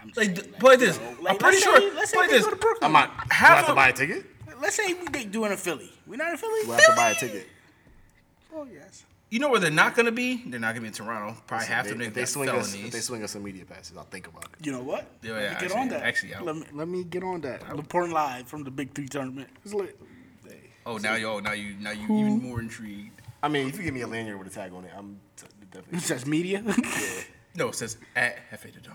B: I'm just
C: Like,
B: saying,
C: d- play this.
B: you know,
C: I'm
B: like,
C: pretty
B: let's
C: sure.
B: Say, let's
C: play
B: say
C: this.
B: we go to Brooklyn.
D: I'm not. Do I have to buy a ticket?
B: Let's say we they do it in Philly. We're not in Philly.
D: Do I have to buy a ticket?
B: Oh yes.
C: You know where they're not gonna be? They're not gonna be in Toronto. Probably half
D: If
C: of
D: they,
C: them
D: if they
C: got
D: swing us.
C: felonies.
D: If they swing us some media passes. I'll think about it.
B: You know what?
C: Yeah,
B: let me
C: yeah,
B: get
C: actually-
B: on that.
C: actually, I'll-
B: let me, let me get on that. Reporting live from the Big Three tournament. It's like,
C: oh, now you, oh, now you, now you even more intrigued.
D: I mean, if you give me a lanyard with a tag on it, I'm t- definitely.
B: it says media.
C: No, it says at Hefe the Dawn.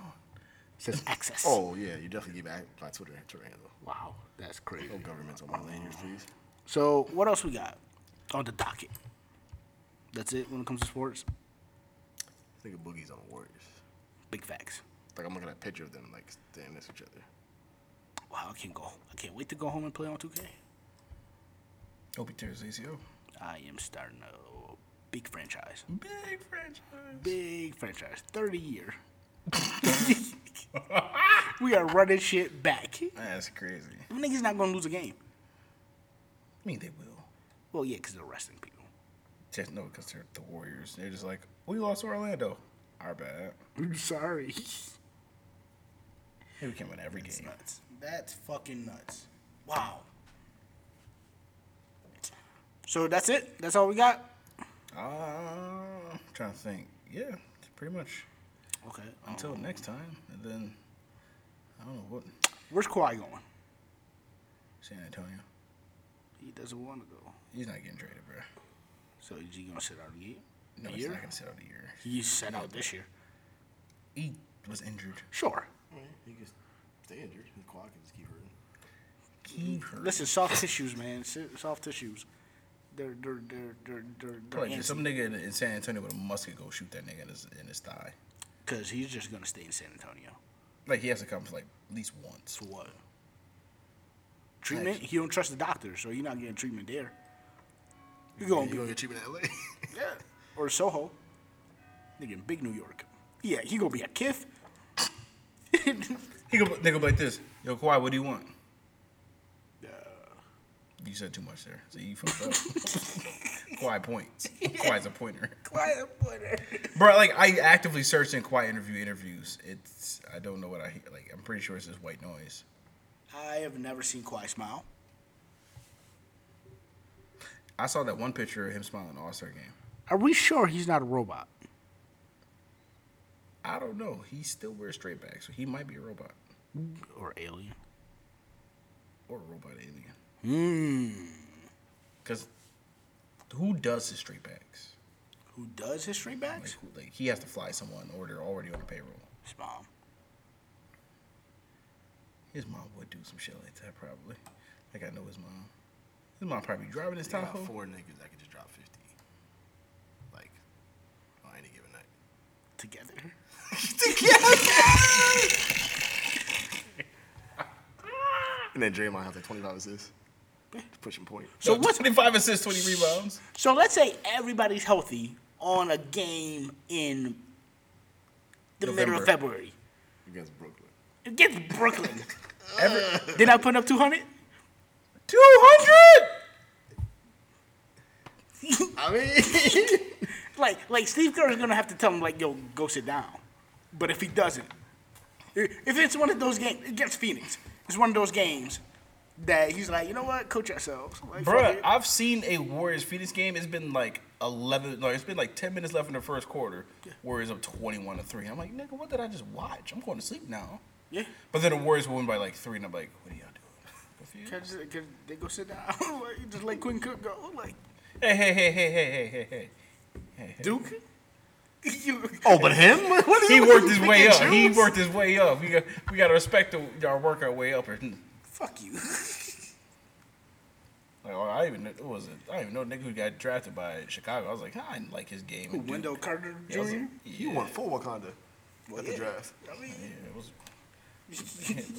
B: says access.
E: Oh yeah, you definitely give back my Twitter Twitter handle.
B: wow, that's crazy.
E: No governments on my lanyards, please.
B: So what else we got on the docket? That's it when it comes to sports.
E: I think of Boogie's on the Warriors.
B: Big facts.
E: Like I'm looking at a picture of them like standing next to each other.
B: Wow, I can't go. I can't wait to go home and play on 2K.
C: Hope he tears ACO.
B: I am starting a big franchise.
C: Big franchise.
B: Big franchise. 30 year. we are running shit back.
C: That's crazy. I
B: Them niggas not gonna lose a game.
C: mean, they will.
B: Well, yeah, because they're arresting people.
C: Just no, because they're the Warriors. They're just like, we lost to Orlando. Our bad.
B: I'm sorry.
C: Hey, we can win every game.
B: nuts. That's fucking nuts. Wow. So that's it. That's all we got.
C: Uh, I'm trying to think. Yeah, it's pretty much
B: Okay. Um,
C: until next time. And then, I don't know what.
B: where's Kawhi going?
C: San Antonio.
B: He doesn't want to go.
C: He's not getting traded, bro.
B: So is he gonna sit out again?
C: No, he's not going to sit out a year.
B: He sat out this year.
C: He was injured.
B: Sure.
E: He can stay injured. His quad can just keep hurting.
B: Mm,
C: Keep her.
B: Listen, soft tissues, man. S- Soft tissues. They're they're they're they're they're, they're
C: Probably just some nigga in, in San Antonio with a musket go shoot that nigga in his, in his thigh.
B: because he's just gonna stay in San Antonio.
C: Like he has to come like at least once.
B: For what? Treatment? He don't trust the doctor, so you're not getting treatment there. You're gonna
E: You
B: be
E: gonna get cheaper in LA?
B: yeah. or Soho. Nigga in big New York. Yeah, he gonna be a kiff.
C: He go nigga like this. Yo, Kawhi, what do you want? You said too much there. So you fucked up. Kawhi points. Kawhi's a pointer.
B: Quiet boy.
C: Bro, like I actively searched in Kawhi interview interviews. It's I don't know what I hear. Like I'm pretty sure it's just white noise.
B: I have never seen Kawhi smile.
C: I saw that one picture of him smiling All Star game.
B: Are we sure he's not a robot?
C: I don't know. He still wears straight back, so he might be a robot
B: Or alien?
C: or a robot alien. Hmm. Because who does his straight backs?
B: Who does his straight
C: Like,
B: backs?
C: who, like he has to fly someone, or they're already on the payroll.
B: His mom.
C: His mom would do some shit like that, probably. Like I know his mom. His mom probably driving his
E: They got
C: Tahoe.
E: four niggas that could just drop fifty. Like on any given night.
B: Together.
E: And then Draymond has like twenty five assists. Pushing point.
B: So
C: So
B: what-
C: what? Twenty five assists, twenty rebounds.
B: So let's say everybody's healthy on a game in the middle of
C: November.
B: February.
E: Against Brooklyn.
B: Against Brooklyn. Ever, did I put up 200?
C: Two hundred.
E: I mean
B: Like, like Steve Kerr's gonna have to tell him, like, yo, go sit down. But if he doesn't, i- if it's one of those games against Phoenix, it's one of those games that he's like, you know what, coach ourselves. Like, fuck
C: Bruh,
B: it.
C: I've seen a Warriors Phoenix game. It's been like eleven. No, it's been like ten minutes left in the first quarter. Warriors up twenty one to three. I'm like, nigga, what did I just watch? I'm going to sleep now.
B: yeah.
C: But then the Warriors win by like three, and I'm like, what are y'all doing? Confused?
B: Catch it, catch- they go sit down. like, just let Quinn Cook go. Like,
C: Hey, hey, hey, hey, hey, hey, hey, hey.
B: Duke? you,
E: Oh, but him? What
C: He worked his way up. He worked his way up. We got we got to respect the, our work our way up. Or, like,
B: fuck you.
C: oh, I even what was it? I don't even know nigga who got drafted by Chicago. I was like, I didn't like his game.
B: Who, Wendell Carter Jr.?
C: Yeah, I was like, yeah,
E: You won full Wakanda at the
B: yeah.
E: draft.
B: I mean,
C: yeah, it was.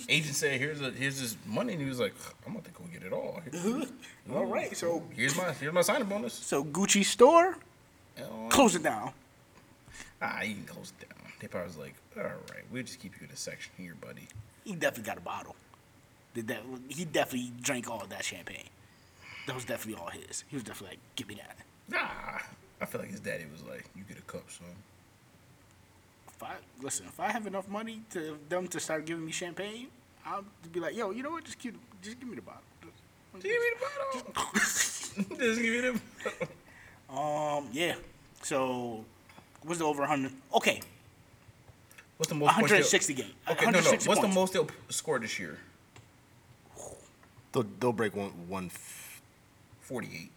C: Agent said, "Here's a, here's this money," and he was like, "I'm about to go get it all.
B: all right. So,
C: Here's my here's my signing bonus."
B: so Gucci store,
C: Um,
B: close it down.
C: ah, he can close it down. They probably was like, "All right, we'll just keep you in a section here, buddy."
B: He definitely got a bottle. They def- he definitely drank all that champagne. That was definitely all his. He was definitely like, give me that.
C: Nah, I feel like his daddy was like, "You get a cup, son."
B: If I listen, if I have enough money to them to start giving me champagne, I'll be like, yo, you know what? Just give, just give me the bottle.
C: Just give me the bottle. just give me the. bottle.
B: um, yeah. So, what's the over 100? Okay,
C: What's the most? points they'll-
B: 160 game.
C: Okay, no, no.
B: 160
C: What's the
B: points.
C: most they'll score this year?
E: They'll, they'll break one one. f-
C: Forty-eight.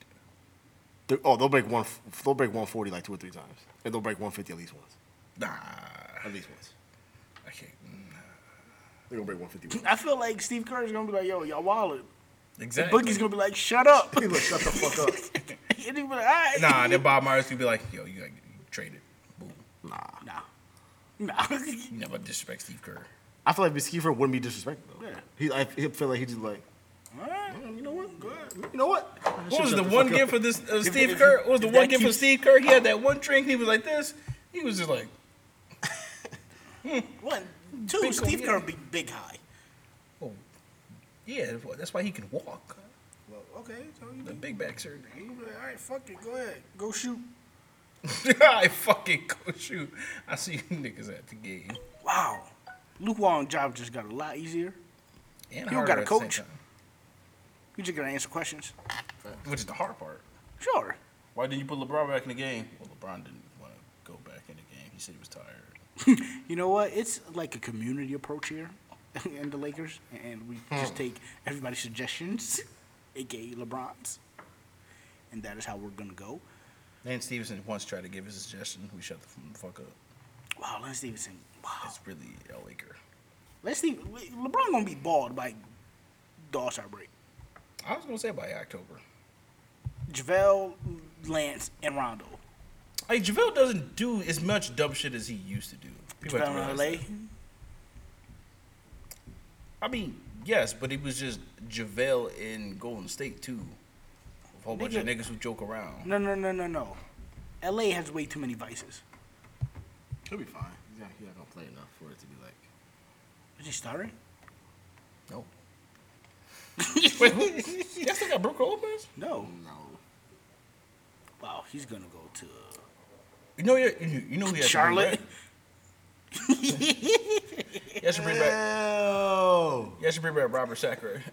E: they're- Oh, they'll break one. f- They'll break one forty like two or three times, and they'll break one fifty at least once.
C: Nah,
D: At least once.
C: I can't.
D: They're gonna break 151.
B: I feel like Steve Kerr's gonna be like, yo, y'all wallet.
C: Exactly.
B: Boogie's gonna be like, shut up.
D: He look, shut the fuck up.
B: and he be like, all right.
C: Nah, then Bob Myers could be like, yo, you gotta get traded. Boom.
B: Nah. Nah.
C: You never disrespect Steve Kerr.
D: I feel like Biskifer wouldn't be disrespectful. Though.
B: Yeah.
D: He, I he feel like he just like,
B: Alright.
D: you know what? Go ahead. You know what?
C: What was
D: Shut
C: the
D: fuck
C: one
D: up.
C: gift for this uh, Steve
B: if-
C: Kerr? What was the
B: if
C: one
B: that
C: gift for
B: keeps-
C: Steve Kerr? He had that one drink. He was like this. He was just like,
B: One, two,
C: Big
B: Steve
C: old
B: Kerr
C: nigga.
B: be big high.
C: oh, yeah, that's why- that's why he can walk.
B: Well, okay, so you
C: The big back surgery.
B: be like, all right, fuck it, go ahead. Go shoot.
C: I fucking go shoot. I see you niggas at the game.
B: Wow. Luke Wong job just got a lot easier.
C: And
B: don't
C: harder
B: got a
C: at the same
B: coach?
C: time,
B: You just gotta answer questions.
C: which is the hard part.
B: Sure.
C: Why didn't you put LeBron back in the game? Well, LeBron didn't want to go back in the game. He said he was tired.
B: You know what? It's like a community approach here in the Lakers, and we just take everybody's suggestions, aka LeBron's, and that is how we're gonna go.
C: Lance Stevenson once tried to give his suggestion. We shut the fuck up.
B: Wow, Lance Stevenson. Wow,
C: It's really a Laker.
B: Let's see. LeBron gonna be bald by the All Star break.
C: I was gonna say by October.
B: JaVale, Lance, and Rondo.
C: Like JaVale doesn't do as much dumb shit as he used to do. People have to
B: JaVale in
C: realize
B: LA.
C: that. I mean, yes, but it was just JaVale in Golden State too. A whole bunch of
B: Nigga.
C: niggas who joke around.
B: No, no, no, no, no. LA has way too many vices.
D: He'll be fine. He's not, he's not gonna play enough for it to be like.
B: Is he starting?
C: No. Wait, who- y'all still got Brook Lopez?
B: No.
D: No.
B: Wow, he's gonna go to uh,
C: You know, you you know who he has
B: Charlotte.
C: To bring back? He has to bring back.
D: Ew.
C: He has to bring back Robert Sacre.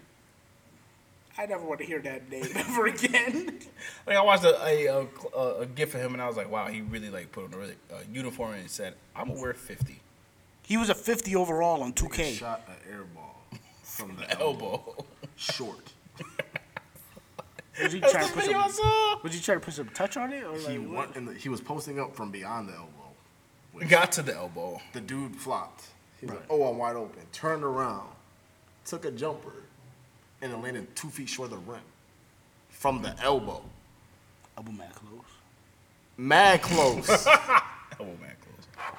B: I never want to hear that name ever again.
C: Like I watched a a, a cl- a a gift of him and I was like, wow, he really like put on a really uh, uniform and said, I'm gonna wear 50
B: he was a 50 overall on 2K.
D: Shot an air ball from the
B: Oh.
D: elbow.
C: elbow.
D: Short.
B: Was he
C: That's
B: trying to
C: the
B: put
C: video I
B: some?
C: saw.
B: Was he trying to put some touch on it or
D: He
B: like what?
D: went and the, he was posting up from beyond the elbow. which
C: Got to the elbow.
D: the dude flopped. He was like, "Oh, I'm wide open." Turned around, took a jumper, and it landed two feet short of the rim from the elbow.
B: Abu Maclos.
D: Mad close.
C: Elbow man close.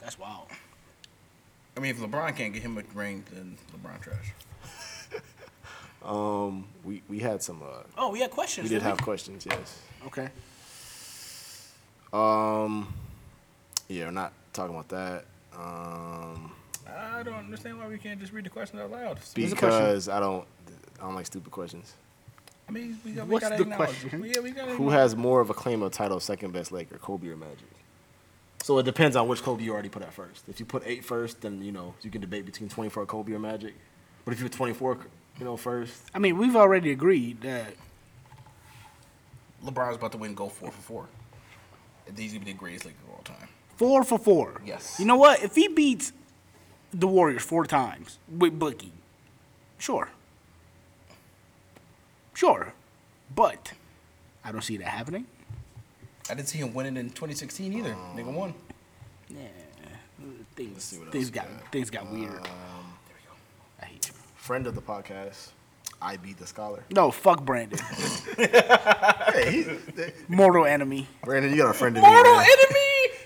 B: That's wild.
C: I mean, if LeBron can't get him a ring, then LeBron trash.
D: um, we we had some. Uh,
B: Oh, we had questions.
D: we did
B: didn't
D: have questions. Yes.
B: Okay.
D: Um, yeah, we're not talking about that. Um,
C: I don't understand why we can't just read the question out loud.
D: because I don't, I don't like stupid questions.
C: I mean, we, got- we
B: What's
C: gotta
B: the
C: acknowledge.
B: question?
C: Yeah, we gotta
D: Who
C: acknowledge.
D: has more of a claim of title, second best Laker, Kobe or Magic? So it depends on which Kobe you already put at first. If you put eight first, then you know you can debate between 24 Kobe or Magic. But if you put 24, you know first,
B: I mean, we've already agreed that
C: LeBron's about to win go four for four. And he's gonna be the greatest Laker of all time.
B: four for four.
C: Yes.
B: You know what? If he beats the Warriors four times with Boogie, sure. Sure. But I don't see that happening.
C: I didn't see him winning in 2016 either. Nigga won.
B: Yeah. Things,
D: see what
B: things
D: else we
B: got
D: got. Um,
B: things got weird. I hate you.
D: friend of the podcast, I beat the scholar.
B: No, fuck Brandon.
D: Hey, he,
B: Mortal enemy.
D: Brandon, you got a friend of
C: Mortal
D: me. man.
C: enemy.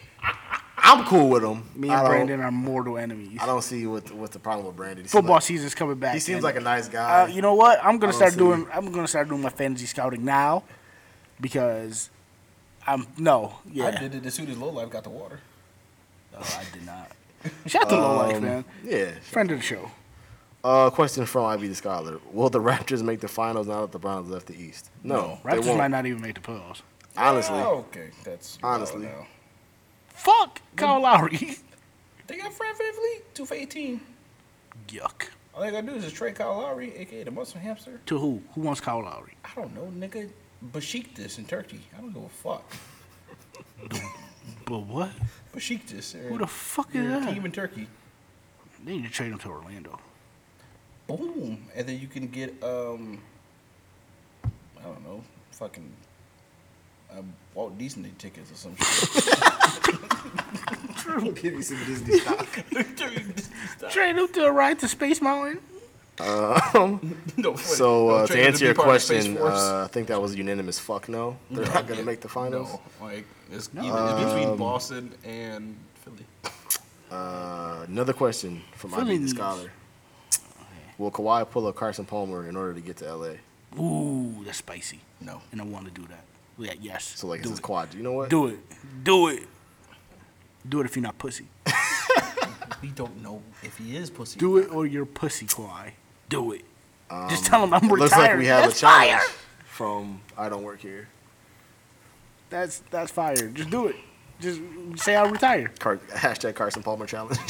D: I'm cool with him.
B: Me
D: I
B: and
D: don't-
B: Brandon are mortal enemies.
D: I don't see what what's the problem with Brandon. He seems
B: Football
D: like-
B: season's coming back.
D: he seems
B: and-
D: like a nice guy.
B: Uh, you know what? I'm gonna
D: I don't
B: start
D: see-
B: doing. I'm gonna start doing my fantasy scouting now, because I'm no. Yeah,
C: I did it as soon as Low Life got the water.
B: No, I did not. Shout out to Low
E: Um,
B: Life, man.
D: Um, yeah.
B: Friend of the show.
D: Uh, question from IB the Scholar: Will the Raptors make the finals now that the Browns left the East? No, they
B: Raptors
D: won't.
B: might not even make the playoffs.
D: Honestly,
C: Oh, okay, that's
D: Honestly.
C: oh, no.
B: Fuck Kyle Lowry.
C: They got Fred VanVleet, two for 18.
B: Yuck.
C: All they gotta do is just trade Kyle Lowry, aka the muscle hamster.
B: To who? Who wants Kyle Lowry?
C: I don't know, nigga. Besiktas in Turkey. I don't give a fuck.
B: But what?
C: Besiktas.
B: Who the fuck is
C: You're a
B: that?
C: team in Turkey.
B: They need to trade him to Orlando.
C: Boom. And then you can get um I don't know, fucking uh um, Walt Disney tickets or some shit.
D: We'll give you some Disney stock.
B: Train them to a ride to Space Mountain.
C: no, funny.
E: Um, So
C: No,
E: uh,
C: train
E: to
C: them
E: answer
C: be
E: your
C: part of Space
E: question,
C: Force.
E: uh, I think that was a unanimous fuck no. They're not gonna make the finals.
C: No, like it's, either, it's
B: Um,
C: between Boston and Philly.
E: Uh, another question from I the
B: Phillies.
E: Scholar. Will Kawhi pull a Carson Palmer in order to get to LA?
B: Ooh, that's spicy.
C: No.
B: And I want to do that. Yeah, yes.
E: So like
B: do
E: it's his
B: it.
E: quad. You know what?
B: Do it. Do it. Do it if you're not pussy.
C: We don't know if he is pussy.
B: Do it or you're pussy, Kawhi. Do it. Just tell him I'm
E: Um, It
B: retired.
E: looks like we have
B: that's
E: a challenge
B: Fire.
E: from I don't work here.
B: That's that's fire. Just do it. Just say I retire.
E: Car- hashtag Carson Palmer challenge.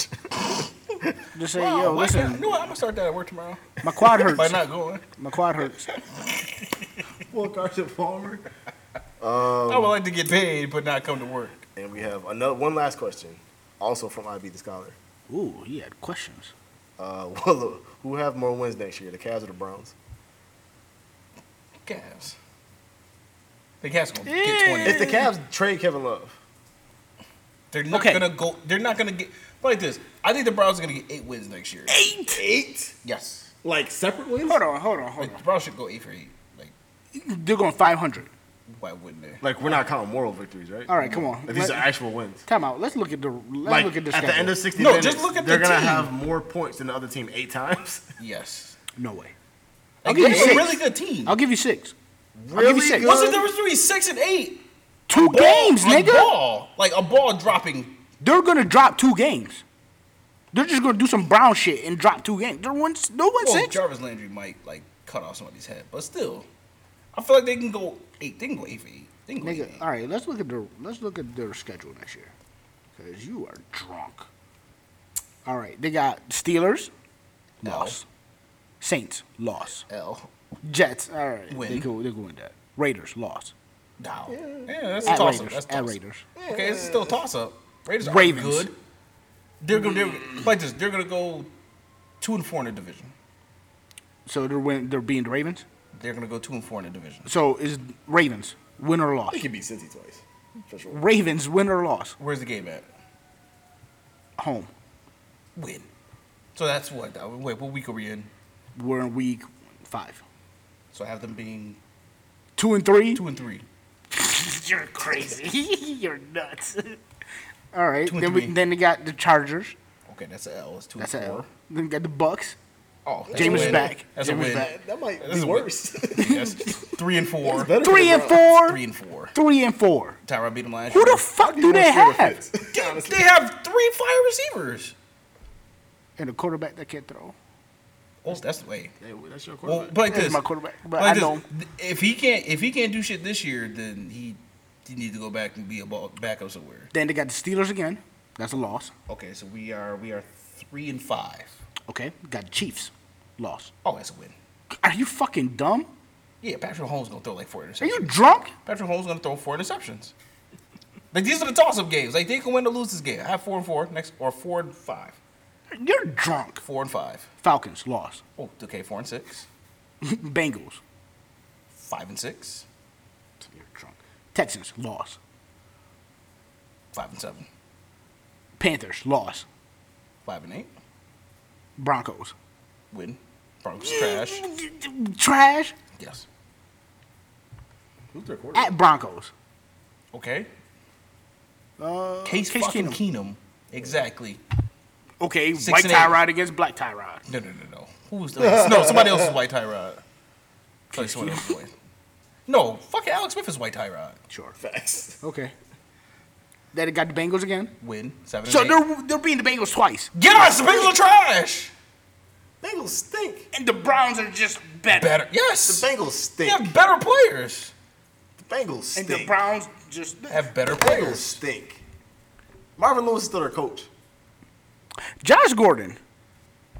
B: Just say,
C: Oh,
B: yo,
C: why not? You
B: listen,
C: know what? I'm gonna start that at work tomorrow.
B: my quad
C: By
B: hurts.
C: not going,
B: My quad hurts.
D: Well, Carson Palmer.
C: I
B: Um,
C: would like to get paid, but not come to work.
E: and we have another one last question, also from I the Scholar.
B: Ooh, he had questions.
E: Uh, will, who have more wins next year, the Cavs or the Browns?
C: Cavs. The Cavs gonna
B: Yeah.
C: get twenty.
E: If the Cavs trade Kevin Love,
C: They're not
B: Okay.
C: gonna go. They're not gonna get. Like this, I think the Browns are gonna get eight wins next year.
B: Eight.
D: Eight?
C: Yes,
D: Like separate wins?
B: Hold on, hold on, hold
C: like, the Browns should go eight for eight. Like,
B: on. They're going 500.
C: why wouldn't they?
E: like we're not counting moral victories, right?
B: All right, come on.
E: Like, these
B: Let-
E: are actual wins.
B: Time out. Let's look at the. Let's
E: like
B: look at the
E: at the end
B: schedule.
E: of 60
C: No,
E: minutes,
C: just look at
E: they're
C: the
E: gonna
C: team.
E: have more points than the other team eight times.
C: Yes,
B: No way. I'll
C: like,
B: give
C: they're
B: you
C: a
B: six.
C: really good team.
B: I'll give you six. I'll give
E: Really
B: you six.
E: good?
C: What's the difference between six and eight?
B: Two
C: Ball-
B: games,
C: a
B: nigga.
C: Ball, like a ball dropping.
B: They're gonna drop two games. They're just gonna do some brown shit and drop two games. They're one. They're one
C: Well,
B: six.
C: Jarvis Landry might like cut off somebody's head, but still, I feel like they can go eight. They can go eight for eight. They can go eight.
B: Nigga,
C: for eight.
B: all right. Let's look at their. Let's look at their schedule next year. Cause you are drunk. All right. They got Steelers,
C: No.
B: loss. Saints, loss.
C: L.
B: Jets. All right. They
C: Win.
B: go. They go in that. Raiders, loss.
C: Dow. Yeah, that's a
B: At
C: toss up.
B: Raiders.
C: That's a
B: At
C: toss-up.
B: Raiders.
C: Okay, it's still a toss up. Raiders are
B: Ravens.
C: good. They're gonna they're, like this. They're gonna go two and four in the division.
B: So they're win. They're beating the Ravens.
C: They're gonna go two and four in the division.
B: So is Ravens win or loss?
E: They could beat Cincy twice, for sure.
B: Ravens win or loss.
C: Where's the game at?
B: Home.
C: Win. So that's what. uh, Wait, what week are we in?
B: We're in week five.
C: So I have them being
B: Two and three.
C: two and three.
B: You're crazy. You're nuts. All right.
C: Two and
B: Then we
C: three.
B: then they got the Chargers.
C: Okay, that's an L. It's two
B: That's
C: and
B: it.
C: four.
B: Then we got the Bucks.
C: Oh, that's a
B: Jameis is
C: win.
B: back.
C: That's
B: Jameis
C: a win.
B: back.
E: That might
C: That's
E: be
C: a win.
E: worse.
C: Yes. Three and four.
E: better.
B: Three and four.
C: Three and four.
B: Three and four.
C: Tyron beat him last
B: Who
C: year.
B: the fuck do they have?
C: They have three fire receivers.
B: And a quarterback that can't throw.
C: Oh, that's the way.
E: That's your
C: Well,
E: quarterback.
C: but like
B: That's
C: this,
B: my quarterback, but
C: but like
B: I
C: this,
B: know.
C: th- if he can't if he can't do shit this year, then he he needs to go back and be a ball, backup somewhere.
B: Then they got the Steelers again. That's a loss.
C: Okay, so we are we are three and five.
B: Okay. Got the Chiefs. Loss.
C: Oh, that's a win.
B: Are you fucking dumb?
C: Yeah, Patrick Holmes gonna throw like four interceptions.
B: Are you drunk?
C: Patrick Holmes gonna throw four interceptions. Like these are the toss up games. Like they can win or lose this game. I have four and four next or four and five,
B: You're drunk.
C: four and five.
B: Falcons. Loss.
C: Oh, okay, four and six,
B: Bengals.
C: five and six,
B: You're drunk. Texans. Loss.
C: five and seven,
B: Panthers. Loss.
C: five and eight.
B: Broncos.
C: Win. Broncos trash.
B: Trash.
C: Yes.
E: Who's their quarterback?
B: At Broncos.
C: Okay.
B: Uh,
C: Case,
B: Case
C: fucking
B: Keenum.
C: Keenum. Exactly.
B: Okay,
C: Six
B: white
C: and eight.
B: Tyrod against black Tyrod.
C: No, no, no, no. Who was the, no? Somebody else is white Tyrod. Like someone else is white. No, fucking Alex Smith is white Tyrod.
B: Sure.
E: Facts.
B: Okay. Then it got the Bengals again.
C: Win seven.
B: So
C: and eight.
B: they're they're beating the Bengals twice,
C: get us. The Bengals are trash.
E: Bengals stink.
B: and the Browns are just better.
C: Better.
E: The
C: Yes.
E: Bengals
C: They
E: stink.
C: have better players.
E: The Bengals
B: And
E: stink.
B: the Browns just
C: They have better
E: Bengals
C: players.
E: stink. Marvin Lewis is still their coach.
B: Josh Gordon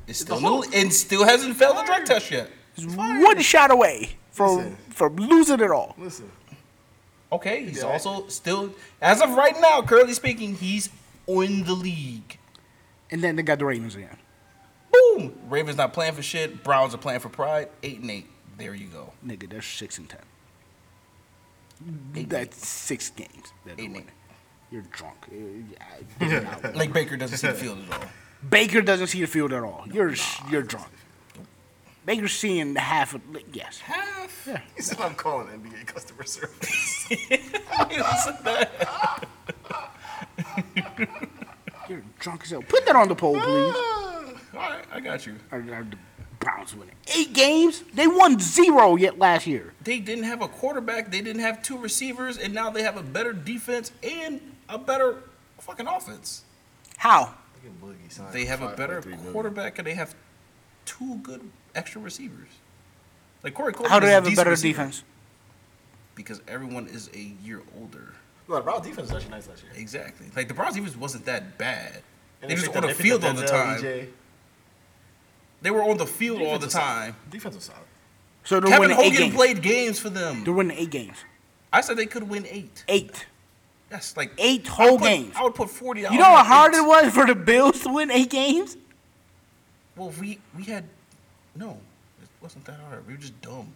C: It's still new and still hasn't failed the drug test yet.
B: is one shot away from
E: Listen.
B: from losing it all.
E: Listen,
C: Okay, he's
E: Yeah.
C: also still as of right now, currently speaking, he's in the league.
B: And then they got the Ravens again.
C: Boom. Ravens not playing for shit. Browns are playing for pride. Eight and eight. There you go.
B: Nigga, they're six and ten. That's six games. that
C: Eight
B: they're
C: and
B: winning.
C: eight.
B: You're drunk. I- I-
C: Like Baker doesn't see the field at all.
B: Baker doesn't see the field at all. You're you're drunk. Baker's seeing half of yes.
C: Half.
D: He said, I'm calling NBA customer service.
B: You're drunk as hell. Put that on the poll, please.
C: All right, I got you.
B: Are, are the Browns winning eight games? They won zero yet last year.
C: They didn't have a quarterback. They didn't have two receivers, and now they have a better defense and a better fucking offense.
B: How?
C: They have a better quarterback, and they have two good extra receivers. Like Corey Coleman.
B: How do
C: is
B: they have a
C: decent
B: better
C: receiver
B: defense?
C: Because everyone is a year older.
E: No, the Browns defense was actually nice last year.
C: Exactly. Like the Browns defense wasn't that bad.
E: And
C: they just
E: picked
C: on
E: up-
C: the
E: they
C: field
E: picked
C: all
E: up
C: the
E: Denzel, E
C: time.
E: EJ.
C: They were on the field all
E: Defense
C: the
E: was solid.
C: time.
E: Defense was solid.
B: So they're
C: Kevin
B: winning eight
C: Hogan
B: games.
C: played games for them.
B: They're winning eight games.
C: I said they could win eight.
B: Eight.
C: That's like
B: Eight
C: I
B: whole
C: put-
B: games.
C: I would put forty.
B: You know how hard it was for the Bills to win eight games?
C: Well, we we had no. It wasn't that hard. We were just dumb.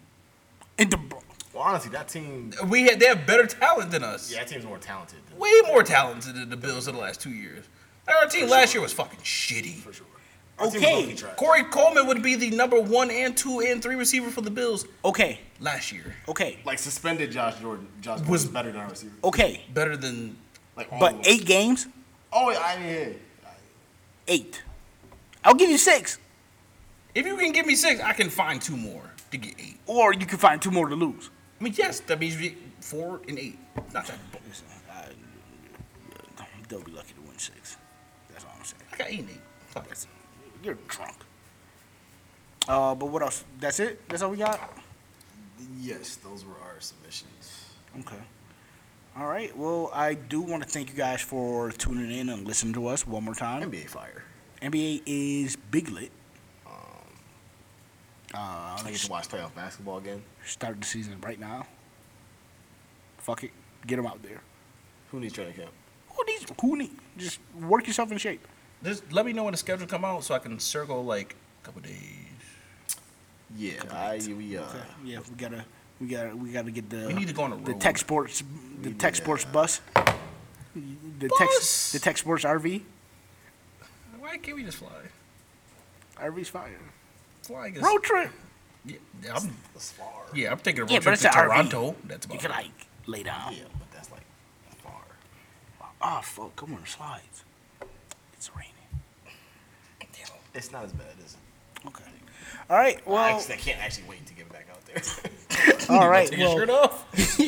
B: And the
E: Well, honestly, that team.
C: We had they have better talent than us.
E: Yeah, that team's more talented. Than,
C: Way more talented than the Bills in the last two years. Like, Our team last year was fucking shitty.
E: for sure.
B: okay,
C: Corey Coleman would be the number one and two and three receiver for the Bills
B: okay,
C: last year.
B: okay,
E: Like suspended Josh Jordan. Josh Jordan
C: Was-
E: was better than our receiver.
B: okay.
C: Better than
E: Like all
B: But
E: of them.
B: eight games,
E: Oh, yeah, I mean, hey.
B: eight. I'll give you six,
C: if you can give me six, I can find two more to get eight.
B: or you can find two more to lose.
C: I mean, yes, that means we four and eight. Not that.
B: Listen, I, uh, they'll be lucky to win six. That's all I'm saying.
C: I got eight and eight. Fuck it.
B: You're drunk. Uh, but what else? That's it. That's all we got.
E: Yes, those were our submissions.
B: Okay. All right. Well, I do want to thank you guys for tuning in and listening to us one more time.
E: NBA Fire.
B: NBA is big lit. Um, uh,
E: I get to watch playoff basketball again.
B: Start the season right now. Fuck it. Get them out there.
E: Who needs training camp?
B: Who needs? Who need? Just work yourself in shape.
C: Just let me know when the schedule come out so I can circle like a couple days.
E: Yeah, I, we, uh,
B: Okay. Yeah, we gotta, we gotta, we gotta get the.
C: We need to go on a
B: the
C: road.
B: tech sports, the tech sports bus. The
C: Bus?
B: tech, the tech sports RV.
C: Why can't we just fly?
B: RV's fire.
C: Flying is
B: Road trip.
C: Yeah, I'm,
E: that's far.
C: yeah, I'm taking a road
B: Yeah, but
C: trip
B: it's
C: to
B: an RV.
C: Toronto. That's about
B: You can
C: it.
B: like lay down.
E: Yeah, but that's like far.
B: Oh fuck! Come on, slides. It's raining.
E: It's not as bad, is it?
B: Okay. All right.
E: I,
B: Well.
E: actually- I can't actually wait to get back out there.
B: All right.
C: Take your
B: Well,
C: shirt off.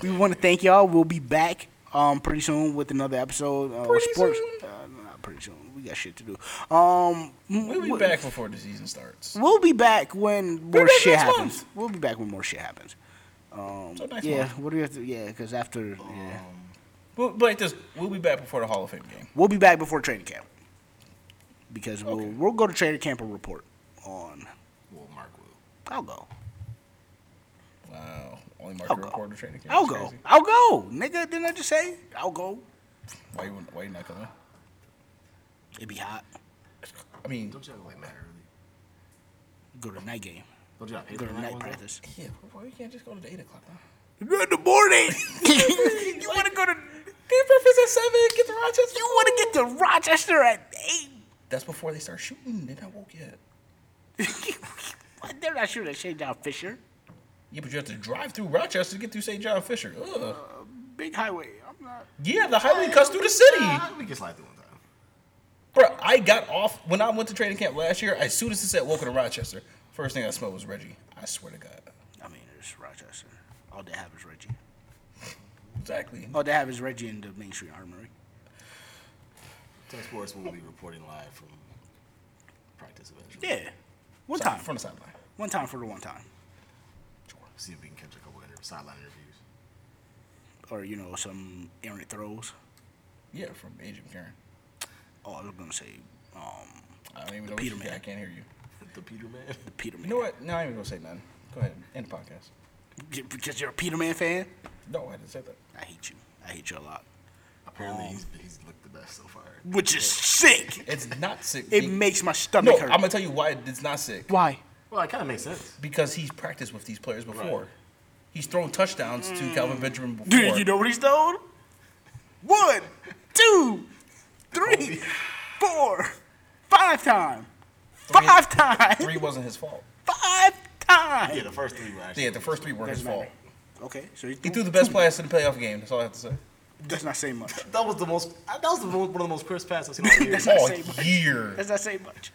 B: we want to thank y'all. We'll be back um pretty soon with another episode. Uh,
C: Pretty
B: sports.
C: soon?
B: Uh, not pretty soon. We got shit to do. Um.
C: We'll be back before the season starts.
B: We'll be back when more
C: back
B: shit
C: next month.
B: happens. We'll be back when more shit happens. Um,
C: So next
B: yeah,
C: month. Um,
B: what do we have to? Yeah, because after, yeah,
C: We'll, but like this, we'll be back before the Hall of Fame game.
B: we'll be back before training camp because we'll we'll go to training camp and report on.
E: well, Mark will.
B: I'll go.
C: Wow, only Mark
B: I'll
C: the
B: go.
C: reporter training camp.
B: I'll
C: It's
B: go.
C: crazy.
B: I'll go. Nigga, didn't I just say I'll go?
C: Why you Why you not coming?
B: It'd be hot.
C: I mean,
E: Don't you have to like that early?
B: Go to night game.
E: Don't you have to pay
B: Go
E: for
B: to
E: the night
B: night
E: one? though?
B: practice.
C: yeah, why you can't just go to the eight o'clock? Huh?
B: You're in the morning. you want to go to?
C: Get breakfast at seven. Get to Rochester.
B: You want to get to Rochester at eight?
C: That's before they start shooting. They're not woke yet.
B: What? They're not sure that Shane John Fisher.
C: Yeah, but you have to drive through Rochester to get through St. John Fisher. Ugh.
B: Big highway. I'm not.
C: Yeah, the highway cuts through the city.
E: Ah, we can slide through one time.
C: Bro, I got off when I went to training camp last year. As soon as it said welcome to Rochester, first thing I smelled was Reggie. I swear to God.
B: I mean, it's Rochester. All they have is Reggie.
C: Exactly.
B: All they have is Reggie in the Main Street Armory.
E: Tech Sports will be reporting live from practice eventually.
B: Yeah. One
C: Side-
B: time.
C: From the sideline.
B: One time for the one time.
E: Sure. See if we can catch a couple inter- sideline interviews.
B: Or, you know, some errant throws.
C: Yeah, from Agent Karen.
B: Oh, I was going to say um,
C: I don't even know
B: Peter
C: what you
B: Man.
C: I can't hear you.
E: the Peter Man.
B: the Peterman.
C: You know what? No, I ain't even gonna say nothing. Go ahead. End the podcast.
B: J- Because you're a Peterman fan?
C: No, I didn't say that.
B: I hate you. I hate you a lot.
E: Apparently, he's, he's looked the best so far.
B: Which is sick.
C: It's not sick.
B: It
C: Be-
B: makes my
C: no,
B: stomach
C: I'm
B: hurt.
C: gonna tell you why it's not sick.
B: Why?
E: Well, it kind of makes sense.
C: Because he's practiced with these players before.
E: Right.
C: He's thrown touchdowns to Calvin Benjamin before.
B: Mm. Dude, you know what he's thrown? One, two, three, four, five time. Five time.
C: three wasn't his fault.
B: Five
D: Yeah,
B: time.
D: the first three were actually.
C: Yeah, the first three weren't his
B: Doesn't
C: fault.
B: matter. Okay, so he
C: He
B: threw
C: threw the best pass in the playoff game. That's all I have to say.
B: Does not say much.
D: That was the most. That was the most, one of the most crisp passes I've seen all year.
B: That's not
C: All
B: say much.
C: year.
B: Does not say much.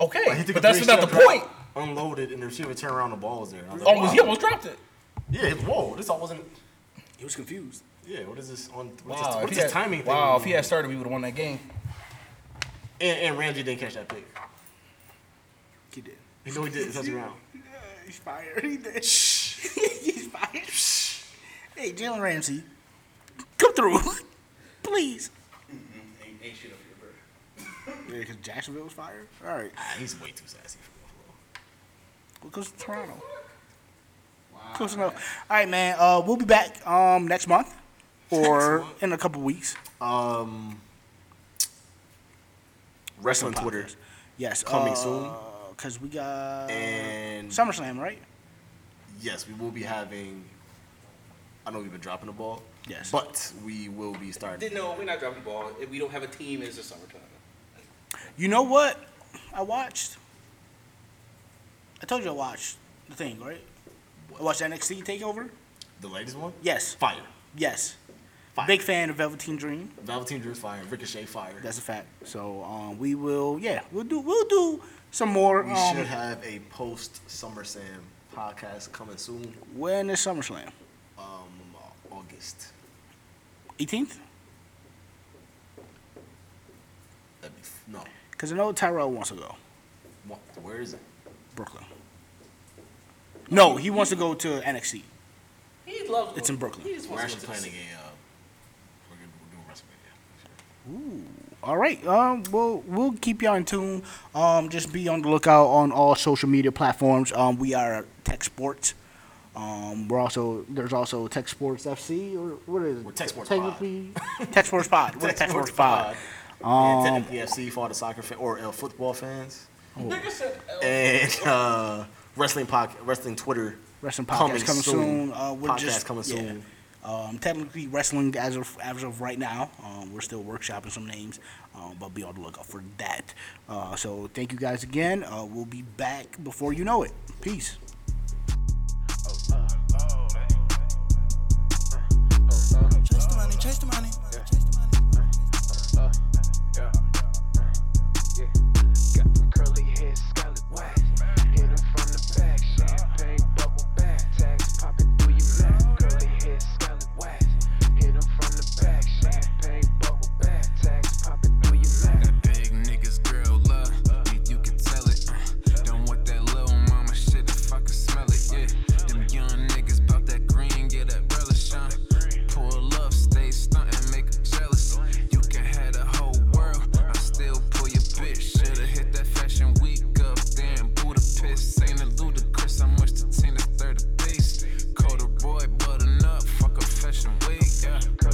C: Okay,
D: He took a
C: but that's not the
D: three-step
C: point.
D: drop, Unloaded and the receiver turned around the ball was there. I was like,
C: Almost,
D: wow.
C: he almost dropped it.
D: Yeah, it was, whoa, this all wasn't.
B: He was confused.
D: Yeah, what is this on? What's
C: Wow,
D: this,
C: if
D: what's
C: he
D: this
C: had,
D: timing thing?
C: wow, if he had started, we would have won that game.
D: and, and Ramsey didn't catch that pick.
B: He did.
D: You know he did. That's around.
B: Yeah, he's fired. He did. he's fired. Hey, Jalen Ramsey, come through, please. Mm-hmm. Yeah, because Jacksonville was fired. All right,
D: he's way too sassy for
B: we'll go to Toronto. Close enough. All right, man. Uh, we'll be back um next month or in a couple weeks.
D: Buffalo. Um, wrestling Twitter
B: Yes,
D: Coming soon.
B: Because we got
D: and
B: SummerSlam, right?
D: yes, we will be having. I know we've been dropping the ball.
B: Yes.
D: But we will be starting.
F: No, we're not dropping the ball. If we don't have a team, it's a summertime.
B: You know what? I watched. I told you I watched the thing, right? I watched NXT Takeover.
D: The latest one?
B: Yes,
D: Fire.
B: yes.
D: Fire.
B: Big fan of Velveteen Dream.
D: Velveteen Drew's fire. Ricochet fire.
B: That's a fact. So um, we will, yeah, we'll do, we'll do some more.
D: we
B: um,
D: should have a post SummerSlam podcast coming soon.
B: when is SummerSlam?
D: Um, August.
B: 18th?
D: That'd be f- uh, no.
B: Because I know Tyrell wants to go
D: What, where is it?
B: Brooklyn. No, he wants to go to NXT.
F: He loves.
B: It's in Brooklyn.
F: He just
D: We're
F: wants to
D: actually
F: go to
D: planning
F: the
D: a. Uh, we're gonna we're doing WrestleMania.
B: Ooh. All right. Um, we'll we'll keep y'all in tune. Um, just be on the lookout on all social media platforms. Um, we are Tech Sports. Um, we're also there's also Tech Sports FC or what is it?
D: We're Tech Sports Pod.
B: Technically, Tech Sports Pod. We're Tech, Sports, Pod.
D: Um, yeah, technically FC for all the soccer fan, or uh, football fans,
F: Nigga said, oh,
D: and uh, wrestling pod, wrestling Twitter.
B: Wrestling podcast coming, soon. Uh, we're
D: podcast
B: just,
D: coming
B: yeah.
D: soon.
B: Um, technically wrestling as of as of right now. Um, we're still workshopping some names, um, but be on the lookout for that. Uh, so thank you guys again. Uh, we'll be back before you know it. Peace.
G: Chase the money, chase the money, chase the money.
H: Yeah. Yeah. Got the curly hair, scarlet wax. Hit 'em from the back, champagne bubble back. Tags popping through your mouth. Curly hair, scarlet wax. Hit 'em from the back, champagne bubble back. Tags popping through your mouth.
A: That big niggas girl love, you, you can tell it. uh. Don't want that little mama shit if I can smell it. Yeah, them young niggas bout that green, get that relish shine. Pull up, stay stunt and make 'em jealous. You can have the whole world, I still pull your bitch. Shoulda hit that fashion week up there in Budapest. Ain't it ludicrous how much the team the third of base. Call the boy button up, fuck a fashion week. Yeah.